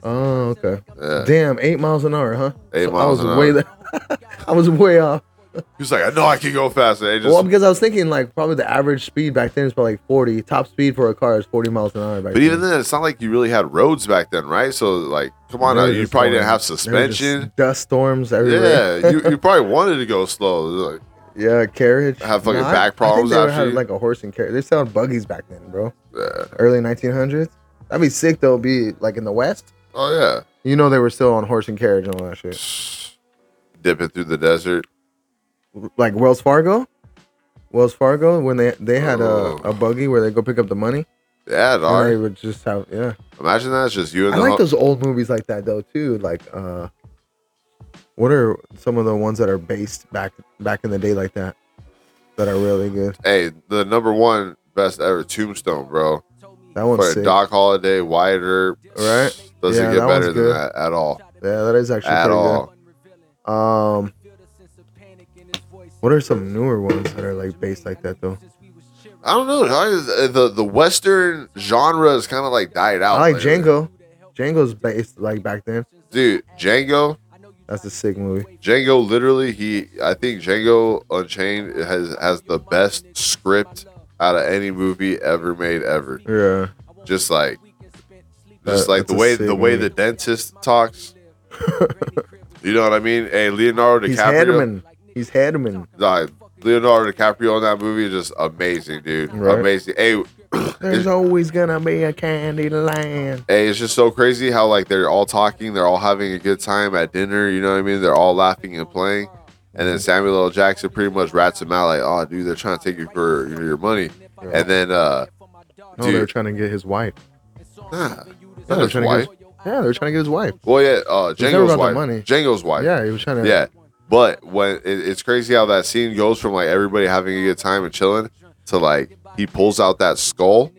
Oh, okay. Yeah. Damn, eight miles an hour, huh? Eight So miles I was an way hour. there. *laughs* I was way off. He was like, I know I can go faster. They just- well, because I was thinking like probably the average speed back then is probably like 40. Top speed for a car is 40 miles an hour. Back But even then, then, it's not like you really had roads back then, right? So, like, come on, There now, was you just probably didn't have storms. There was just suspension. dust storms everywhere. *laughs* Yeah, you, you probably wanted to go slow. Like, Yeah, carriage. Have fucking I- back problems I think they after had you? like a horse and carriage. They sold buggies back then, bro. yeah. Early 1900s. That'd be sick though. Be like in the West. Oh yeah, You know they were still on horse and carriage and all that shit. dipping through the desert. Like Wells Fargo. Wells Fargo when they they had Oh. a, a buggy where they go pick up the money. Yeah, And they dog. would just have yeah. Imagine that. It's just you and I the. like hu- those old movies like that though too. Like uh, what are some of the ones that are based back back in the day like that that are really good? hey, the number one best ever Tombstone, bro. That one's For sick. Doc Holiday, Wyatt Earp. Right? Doesn't Yeah, get that better one's than good. that at all. Yeah, that is actually At pretty good. all. Um, What are some newer ones that are like based like that though? I don't know. I- uh, The the Western genre is kind of like died out. I like lately. Django. Django's based like back then. dude. Django, That's a sick movie. Django. Literally, he. I think Django Unchained has has the best script out of any movie ever made ever. Yeah. Just like, just That- like the that's a way sick the way movie. the dentist *laughs* talks. you know what I mean? Hey, Leonardo He's DiCaprio. Hedman. He's Hedman. Nah, Leonardo DiCaprio in that movie is just amazing, dude. Right. Amazing. Hey, There's always gonna be a candy land. Hey, it's just so crazy how like they're all talking, they're all having a good time at dinner. You know what I mean? They're all laughing and playing, and then Samuel L. Jackson pretty much rats him out like, "Oh, dude, they're trying to take you for your money." And then, uh, No, they were Dude. trying to get his wife. nah, Yeah, not his wife. to get. Yeah, they were trying to get his wife. Well, yeah, uh, It's never Django's about the wife. money. Django's wife. Yeah, he was trying to. yeah. But when it, it's crazy how that scene goes from like everybody having a good time and chilling to like he pulls out that skull.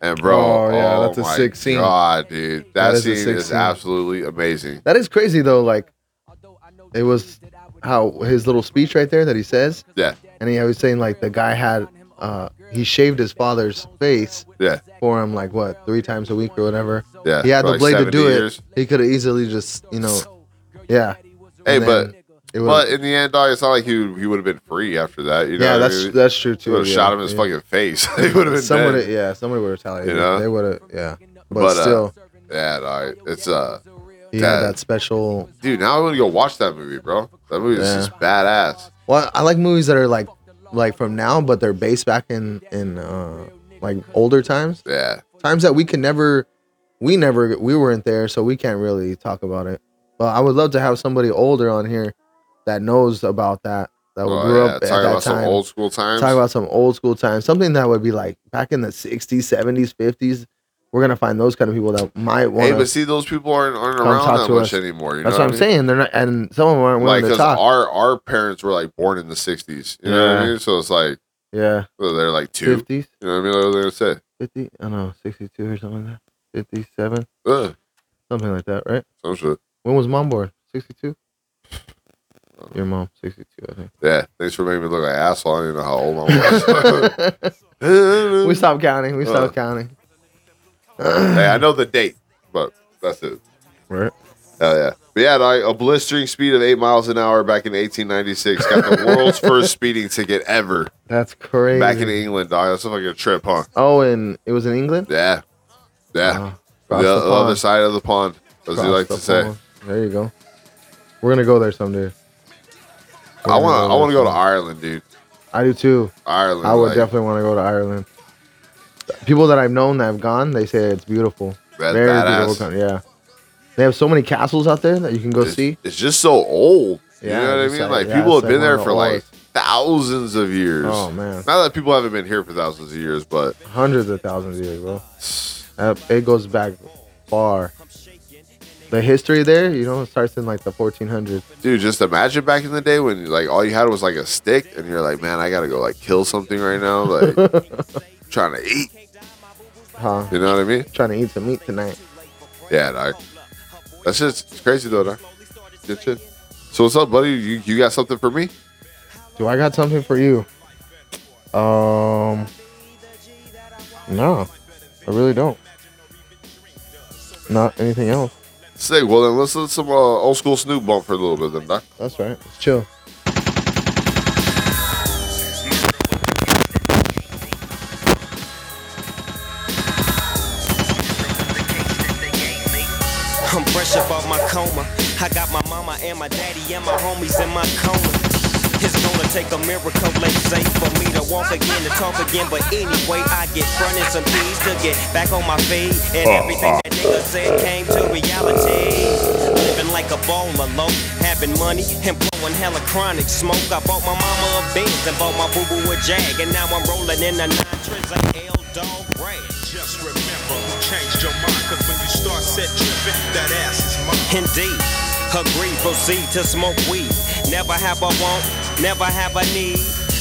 And bro, Oh, yeah, that's a my sick scene. God, dude, that, That is a scene sick is scene. absolutely amazing. That is crazy though. Like, it was how his little speech right there that he says, Yeah, and he was saying like the guy had, uh, he shaved his father's face yeah. for him like what three times a week or whatever. Yeah, he had for the like blade to 70 do years. it. He could have easily just you know, yeah. Hey, And but then it would've- but in the end, dog, it's not like he he would have been free after that. You know, yeah, what I that's mean? that's true He too. would have yeah, shot him in his yeah. fucking face. *laughs* he would have been Someone, dead. yeah, somebody would have retaliated. You know? They would have, yeah. But, But, uh, still, Yeah, dog, it's uh, he had that- that special. dude. Now I want to go watch that movie, bro. That movie is Yeah. just badass. Well, I like movies that are like, like from now, but they're based back in in uh, like older times, Yeah, times that we can never, we never, we weren't there, so we can't really talk about it. But I would love to have somebody older on here that knows about that, that Oh, grew yeah. up at talking that about some time. old school times. Talk about some old school times, something that would be like back in the '60s, '70s, '50s. We're gonna find those kind of people that might want hey, to. but see, those people aren't aren't Come around talk that to much us. anymore. You That's know what I'm saying. They're not, and some of them aren't Like, willing to because talk. our our parents were like born in the '60s. You know what I Yeah. mean? So it's like yeah, well, they're like two. fifties, You know what I mean? What are they gonna say? fifty. I don't know, sixty-two or something like that. Fifty-seven, Ugh, something like that, right? some shit. When was mom born? Sixty-two. Your mom, sixty-two, I think. Yeah, thanks for making me look like an asshole. I didn't know how old I *laughs* was. we stopped counting. We stopped Uh. counting. hey, I know the date, but that's it. Right. Hell yeah. But yeah, like, a blistering speed of eight miles an hour back in 1896 got the *laughs* world's first speeding ticket ever That's crazy. back in England, dog. That's like a trip, huh? oh, and it was in England. Yeah. Yeah. Wow. Across the the other pond. side of the pond, as you Across like the to say. pond. There you go. We're gonna go there someday. I want to. I want to go to Ireland, Ireland. dude. I do too. Ireland. I would like, definitely want to go to Ireland. People that I've known that have gone, they say it's beautiful. That's Very badass. beautiful country. Yeah. They have so many castles out there that you can go It's, see. it's just so old. Yeah, you know what I it's mean? like- Like yeah, people it's have been like one there of the for like thousands of years. Oh man, Not that people haven't been here for thousands of years, but hundreds of thousands of years, bro. That- It goes back far. The history there, you know, it starts in like the 1400s. dude, just imagine back in the day when like all you had was like a stick, and you're like, man, I gotta go like kill something right now, *laughs* like trying to eat. Huh? You know what I mean? Trying to eat some meat tonight. Yeah, dog. That's just it's crazy though, dog. Good shit. So what's up, buddy? You you got something for me? Do I got something for you? Um, no, I really don't. Not anything else. Sick. Well then, let's let some uh, old school Snoop bump for a little bit, then, doc. That's right. It's chill. I'm fresh up off my coma. I got my mama and my daddy and my homies in my coma. It's gonna take a miracle, let's say, for me to walk again, to talk again. But anyway, I get frontin' some keys to get back on my feet. And everything that nigga said came to reality. Living like a baller, low, having money and blowing hella chronic smoke. I bought my mama a Benz and bought my boo boo a Jag. And now I'm rolling in the nine trips of L Dog Rag. Just remember who changed your mind, cause when you start set tripping, that ass is mine. Indeed, agree, proceed to smoke weed. Never have a want, never have a need.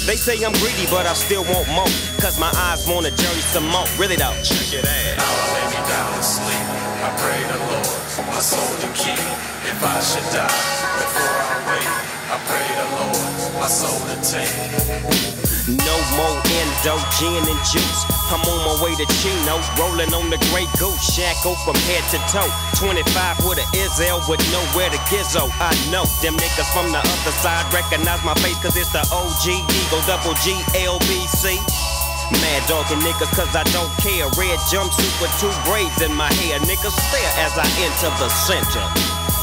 They say I'm greedy, but I still want more. Cause my eyes wanna journey some more. Really though. Check it out. Lay me down to sleep. I pray the Lord, my soul you keep. If I should die before I wake, I pray the Lord, I sold a tape. No more endo, gin and juice. I'm on my way to Chino, rolling on the gray goose. Shackle from head to toe. 25 with a Izzel with nowhere to gizzo. I know them niggas from the other side recognize my face, cause it's the OG Eagle Double G LBC. Mad dogging niggas cause I don't care. Red jumpsuit with two braids in my hair. Niggas stare as I enter the center.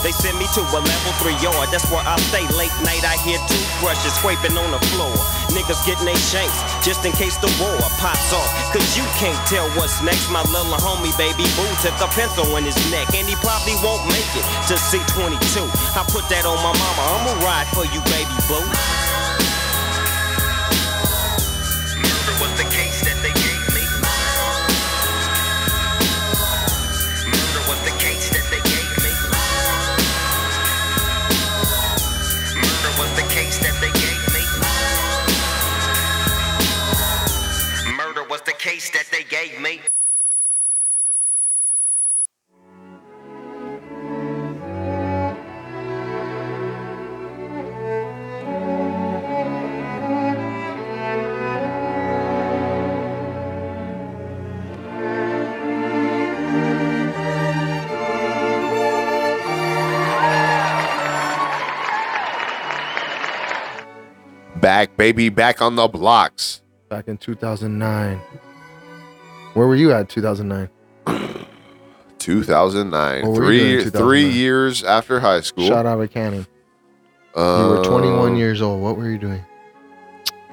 They send me to a level three yard, that's where I stay. Late night, I hear toothbrushes scraping on the floor. Niggas getting they shanks, just in case the war pops off. Cause you can't tell what's next. My little homie, baby boo, took a pencil in his neck, and he probably won't make it to C22. I put that on my mama, I'ma ride for you, baby boo. Murder was the case that they gave me. Murder was the case that they gave me. Murder was the case that they gave me. Murder was the case that they gave me. Back, baby, back on the blocks. Back in 2009. Where were you at 2009? 2009. What were three you doing in year- three 2009? years after high school. Shot out of cannon. You were 21 Um, years old. What were you doing?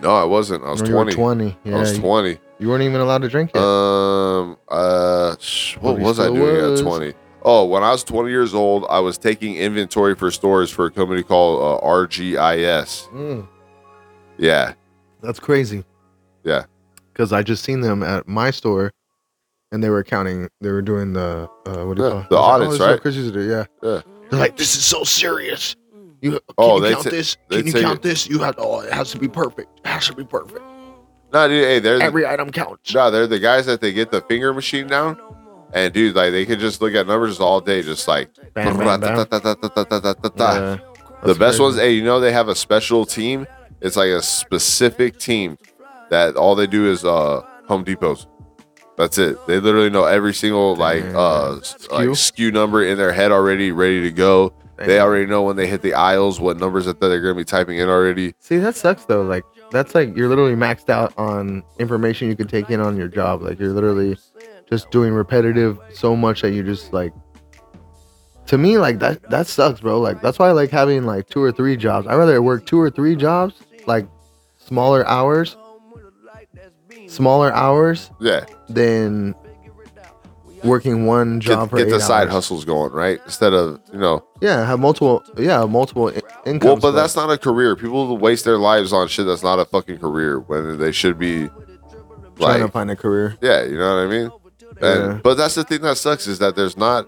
No, I wasn't. I was No, you were 20. 20. Yeah, I was you- 20. You weren't even allowed to drink yet. Um. Uh. sh- What But he was I still doing was. at twenty? Oh, when I was twenty years old, I was taking inventory for stores for a company called uh, RGIS. Mm, Yeah. that's crazy. Yeah. Because I just seen them at my store, and they were counting. They were doing the uh, what do you Yeah, call it? the I was like, audits, this is what right? Chris used to do. Yeah. Yeah. They're like, this is so serious. You can Uh. Oh, you they count ta- this? they Can you take count it. this? You have. Oh, it has to be perfect. It has to be perfect. No, dude. Hey, they're the, Every item counts. no, they're the guys that they get the finger machine down, and dude, like they could just look at numbers all day, just like. Bam, bam, bam. The Yeah, best that's crazy. ones. Hey, you know they have a special team. It's like a specific team that all they do is uh Home Depots. That's it. They literally know every single like Damn. uh SKU? like SKU? SKU number in their head already, ready to go. They Damn. already know when they hit the aisles what numbers that they're gonna be typing in already. See, that sucks though. Like that's like you're literally maxed out on information you could take in on your job. Like you're literally just doing repetitive so much that you just like. To me, like that that sucks, bro. Like that's why I like having like two or three jobs. I'd rather work two or three jobs, like smaller hours, smaller hours Yeah, than working one job get, for get eight the side hours. hustles going right instead of you know. Yeah, have multiple. Yeah, multiple in- incomes. Well, but that's not a career. People waste their lives on shit that's not a fucking career when they should be trying like to find a career. Yeah, you know what I mean. And, Yeah. But that's the thing that sucks is that there's not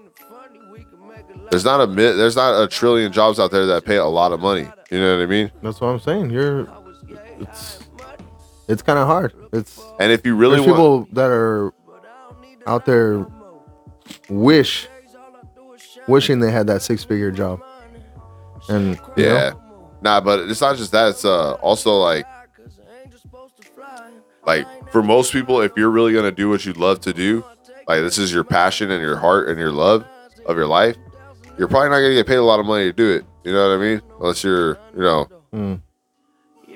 there's not a mi- there's not a trillion jobs out there that pay a lot of money. You know what I mean? That's what I'm saying. You're it's it's kind of hard. It's And if you really there's want, people that are out there wish wishing they had that six figure job. And you know, yeah, nah. But it's not just that. It's uh, also like like for most people, if you're really gonna do what you love to do, like this is your passion and your heart and your love of your life, you're probably not gonna get paid a lot of money to do it. You know what I mean? Unless you're you know Mm.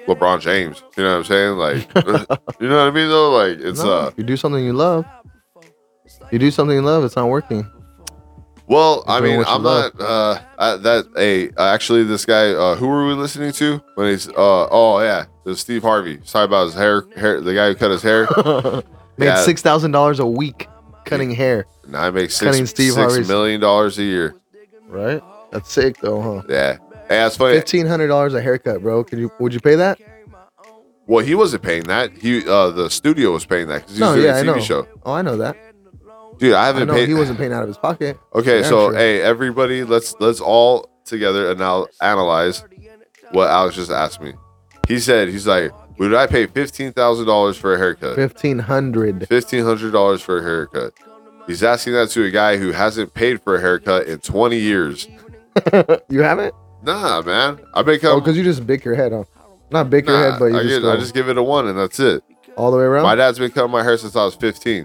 LeBron James. You know what I'm saying? Like *laughs* you know what I mean though? Like it's no, uh if you do something you love. You do something you love. It's not working. Well, You're I doing mean, what you I'm not uh I, that hey, uh, actually this guy uh who were we listening to when he's uh oh yeah, it was Steve Harvey. He's talking about his hair hair the guy who cut his *laughs* hair. Made Yeah. six thousand dollars a week cutting hair. now I make six Cutting Steve six Harvey's- million dollars a year. Right? That's sick though, huh? Yeah. And that's funny. Fifteen hundred dollars a haircut, bro. Could you? Would you pay that? Well, he wasn't paying that. He uh the studio was paying that because he was doing a TV show. Oh, I know that. Dude, I I haven't know paid he wasn't paying out of his pocket. *laughs* Okay, Yeah, so sure. hey, everybody, let's let's all together and now analyze what Alex just asked me. He said he's like, "Would I pay fifteen thousand dollars for a haircut? Fifteen hundred. Fifteen hundred dollars for a haircut?" He's asking that to a guy who hasn't paid for a haircut in twenty years. You haven't? Nah, man, I make Oh, up. because Oh, you just bick your head off. Not Baker Nah, Head, but you I, just get, go I just give it a one and that's it. all the way around, My dad's been cutting my hair since I was 15.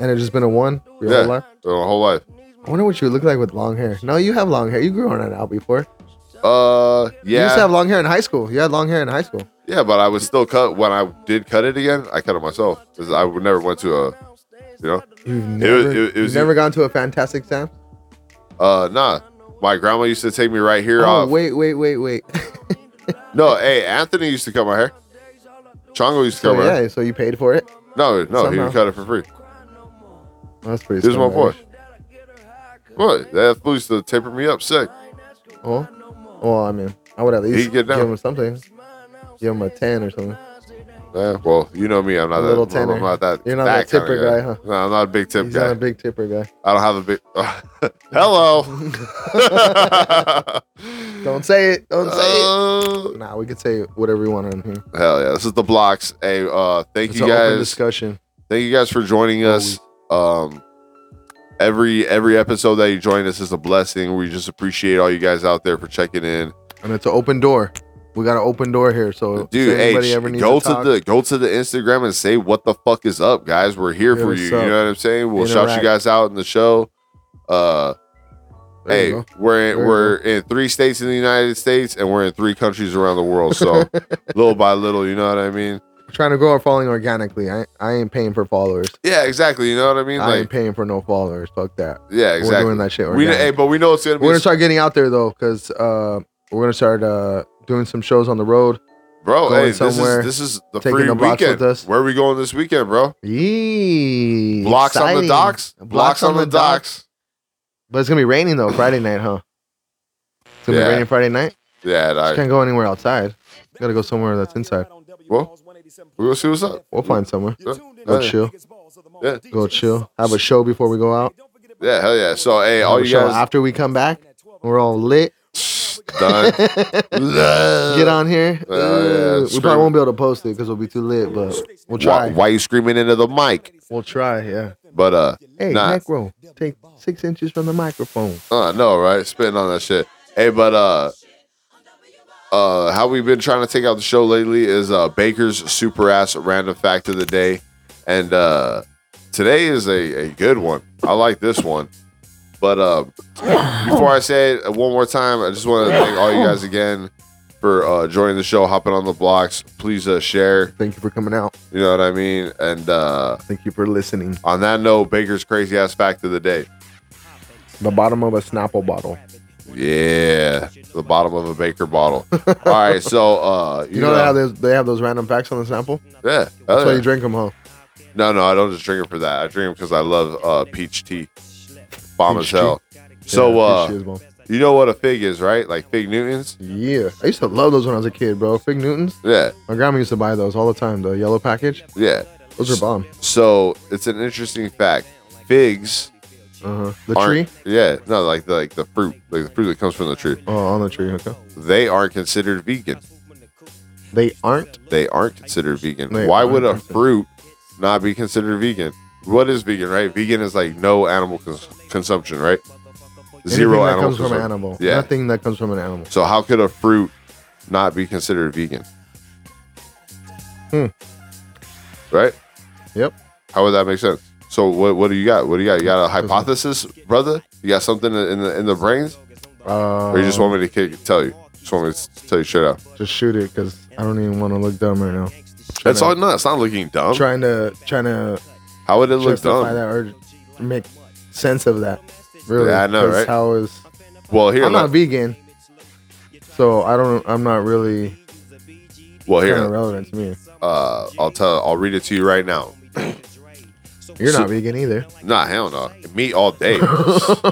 and it's just been a one your yeah, whole life. my whole life. I wonder what you look like with long hair. No, you have long hair. You grew on it out before. Uh, You used to have yeah, long hair in high school. You had long hair in high school. yeah, but I was still cut when I did cut it again. I cut it myself 'Cause I would- never went to a, you know, You've never, it- it you've was- never gone to a fantastic Sam. uh, nah. My grandma used to take me right here Oh off. wait, wait, wait, wait. *laughs* No, hey, Anthony used to cut my hair. Chongo used to cut so my hair. yeah, so you paid for it. No, no, he Somehow. would cut it for free. That's pretty. He was my boy. scumbag-ish. What? That fool used to taper me up sick. Oh, well, I mean, I would at He least get give down. him something. Give him a ten or something. Yeah, well, you know me. I'm not A that. little I'm not- I'm tenor. not that. You're not that kinda tipper guy, huh? No, I'm not a big tip He's guy. not a big tipper guy. I don't have a big. *laughs* Hello. Don't *laughs* say it. Don't say it. Uh, Nah, we could say whatever we want on here. hell yeah! This is the blocks. Hey, uh, thank It's you an open guys. discussion. Thank you guys for joining us. Um, every every episode that you join us is a blessing. We just appreciate all you guys out there for checking in. and it's an open door. We got an open door here, so Dude, if hey, anybody ever needs go to, to, talk, the go to the Instagram and say what the fuck is up, guys. We're here Yeah, for what's you. up? You know what I'm saying? We'll shout Interact. you guys out in the show. Uh, There you hey, go. we're in, There you we're in three states in the United States, and we're in three countries around the world. *laughs* So little by little, you know what I mean? We're trying to grow our following organically. I I ain't paying for followers. Yeah, exactly. You know what I mean? I ain't Like, paying for no followers. Fuck that. yeah, exactly. We're doing that shit. We organic. hey, but we know it's gonna be we're gonna start getting out there though, because uh, we're gonna start uh, doing some shows on the road. bro. going Hey, this is somewhere, this is the taking free the blocks weekend. with us. Where are we going this weekend, bro? Yee, Blocks on the exciting. docks. Blocks, on, the docks. But it's gonna be raining though Friday night, huh? It's gonna Yeah. be raining Friday night. Yeah, Just I, can't go anywhere outside. Gotta go somewhere that's inside. well, we gonna see what's up. We'll find somewhere. Yeah. Go chill. Yeah. Go chill. Have a show before we go out. Yeah, hell yeah. So hey, Have all a you show guys after we come back. We're all lit. *laughs* done. Get on here. Uh, yeah, Ooh, we screw probably it. won't be able to post it because we'll be too lit, but Why, we'll try. why you screaming into the mic? We'll try, yeah. But uh, Hey, Nah. Necro, take six inches from the microphone. Uh no, right? Spitting on that shit. Hey, but uh uh how we've been trying to take out the show lately is uh Baker's super ass random fact of the day. And uh today is a, a good one. I like this one. But uh before I say it uh, one more time, I just want to thank all you guys again for uh joining the show, hopping on the blocks. Please uh share, Thank you for coming out. you know what I mean? And uh Thank you for listening. on that note, Baker's crazy ass fact of the day. The bottom of a Snapple bottle. Yeah, the bottom of a Baker *laughs* bottle. All right, so uh, You know, they have those, they have those random facts on the Snapple? yeah. That's why yeah. you drink them, huh? No, no, I don't just drink it for that. I drink it because I love uh, peach tea, bomb Peach as hell. So Yeah, uh, peach jizz bomb. you know what a fig is, right? Like fig Newtons. yeah. I used to love those when I was a kid, bro. Fig Newtons. Yeah, My grandma used to buy those all the time, the yellow package. yeah. Those are bomb. So it's an interesting fact. Figs Uh-huh. The tree? aren't- Yeah, no, like the, like the fruit, like the fruit that comes from the tree. Oh, on the tree, okay. They aren't considered vegan. They aren't. They aren't considered vegan. They Why aren't would a considered- fruit not be considered vegan? What is vegan, right? Vegan is like no animal cons- consumption, right? Zero Anything that animal comes from consumption. an animal. Yeah. Nothing that comes from an animal. So how could a fruit not be considered vegan? Hmm. Right? Yep. How would that make sense? So what what do you got? What do you got? You got a hypothesis, brother? You got something in the in the brains, Uh, or you just want me to kick, tell you? Just want me to tell you straight out? just shoot it because I don't even want to look dumb right now. That's all. No, it's not looking dumb. Trying to trying to How would Oh. it look justify dumb? that or make sense of that. Really? Yeah, I know, 'cause right? How is Well, here, I'm not let- vegan, so I don't. I'm not really well, kind of here, relevant to me. uh, I'll tell. I'll read it to you right now. You're So- not vegan *laughs* either. *laughs* Nah, hell no. Meat all day.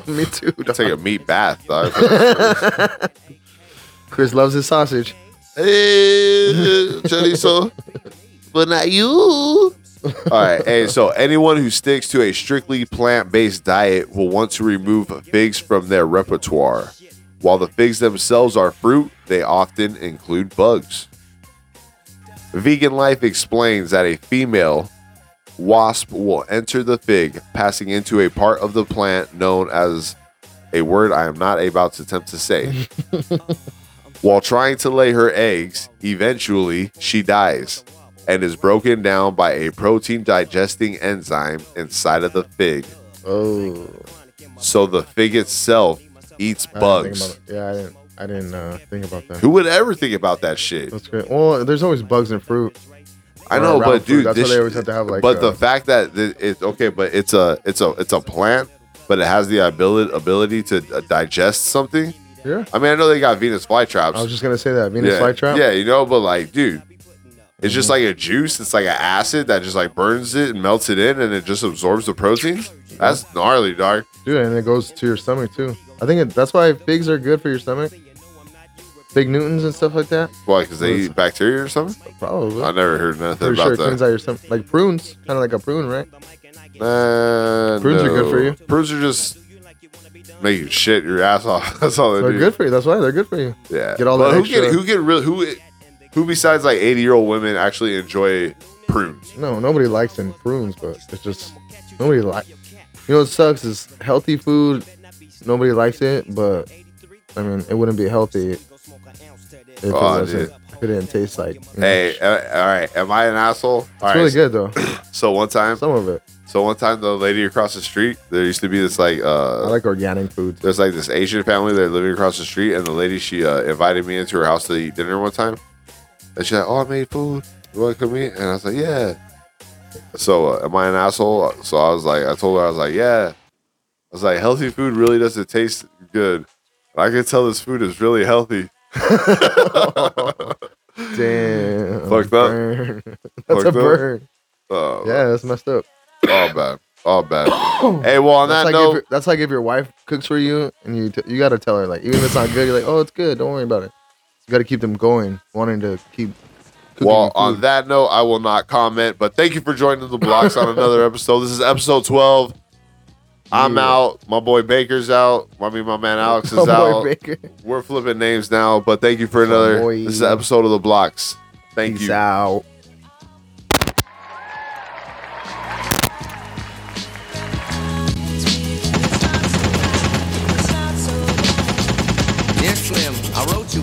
me too. I dog. take a meat bath. dog. Chris loves his sausage. Eh, chorizo. but not you. All right. Hey, so anyone who sticks to a strictly plant based diet will want to remove figs from their repertoire. While the figs themselves are fruit, they often include bugs. Vegan Life explains that a female wasp will enter the fig, passing into a part of the plant known as a word I am not about to attempt to say. While trying to lay her eggs, eventually she dies and is broken down by a protein digesting enzyme inside of the fig. Oh, So the fig itself eats I didn't think bugs. about it. Yeah, I didn't. I didn't uh, think about that. Who would ever think about that shit? That's great. Well, there's always bugs in fruit. I or know, around but food. dude, That's this why they sh- always have to have, like, But uh, the fact that th- it's okay, but it's a it's a it's a plant, but it has the ability ability to uh, digest something. Yeah. I mean, I know they got Venus flytraps. I was just gonna say that Venus yeah. flytrap. Yeah, you know, but like, dude, it's just like a juice. It's like an acid that just like burns it and melts it in, and it just absorbs the protein. That's gnarly, dog. dude, and it goes to your stomach too. I think it, that's why figs are good for your stomach. Big Newtons and stuff like that. Why? Because they eat bacteria or something? Probably. I never heard nothing Pretty sure it about cleans that. out your stomach. Like prunes, kind of like a prune, right? Nah, Prunes are good no. for you. Prunes are just make you shit your ass off. *laughs* That's all they They're do. good for you. That's why they're good for you. Yeah. Get all But that who extra- Get, who get real? Who who besides like eighty year old women actually enjoy prunes? No, nobody likes in prunes, but it's just nobody like. You know what sucks is healthy food. Nobody likes it, but I mean, it wouldn't be healthy if it Oh, wasn't. dude. If it didn't taste like. you know. Hey, uh, all right. Am I an asshole? All it's right. really good though. So one time, Some of it. so one time, the lady across the street, there used to be this like I uh, like organic foods. there's like this Asian family that living across the street, and the lady she uh, invited me into her house to eat dinner one time, and she's like, "Oh, I made food. You want to come eat?" And I was like, "Yeah." So uh, am I an asshole? So I was like, I told her I was like, "Yeah." I was like, "Healthy food really doesn't taste good." I can tell this food is really *laughs* healthy. *laughs* *laughs* Damn. Fucked up. burn. *laughs* That's Fucked a up. burn. Oh, Yeah, that's messed up. all bad, all *coughs* bad. hey, well, on that That's like, if note, your- that's like if your wife cooks for you and you t- you gotta tell her like even if it's not good, you're like, oh, it's good. Don't worry about it. You gotta keep them going, wanting to keep. cooking Well, your on food. that note, I will not comment, but thank you for joining the blocks on another episode. This is episode 12. I'm Yeah. out. My boy Baker's out. I mean, my man *laughs* Alex is Oh, boy, out. Baker. We're flipping names now, but thank you for My another. boy. This is an episode of the blocks. Thank Peace you. out. Dear Slim, I wrote you,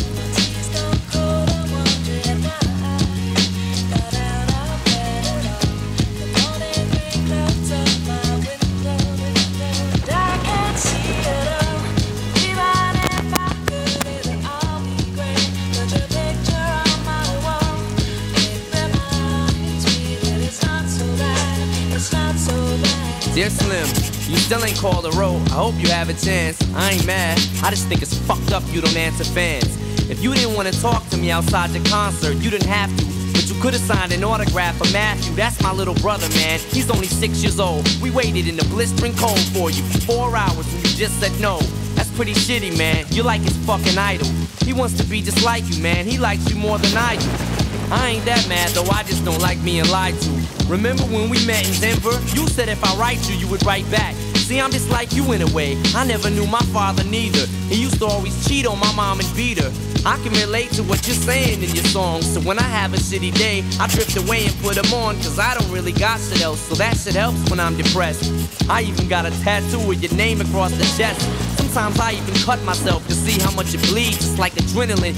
Dear Slim, you still ain't called a roll. I hope you have a chance. I ain't mad. I just think it's fucked up you don't answer fans. If you didn't want to talk to me outside the concert, you didn't have to. But you could have signed an autograph for Matthew. That's my little brother, man. He's only six years old. We waited in the blistering cold for you for four hours and you just said no. That's pretty shitty, man. You're like his fucking idol. He wants to be just like you, man. He likes you more than I do. I ain't that mad though, I just don't like being lied to. Remember when we met in Denver? You said if I write you, you would write back. See, I'm just like you in a way. I never knew my father neither. He used to always cheat on my mom and beat her. I can relate to what you're saying in your songs. So when I have a shitty day, I drift away and put them on. Cause I don't really got shit else. So that shit helps when I'm depressed. I even got a tattoo with your name across the chest. Sometimes I even cut myself to see how much it bleeds. Just like adrenaline.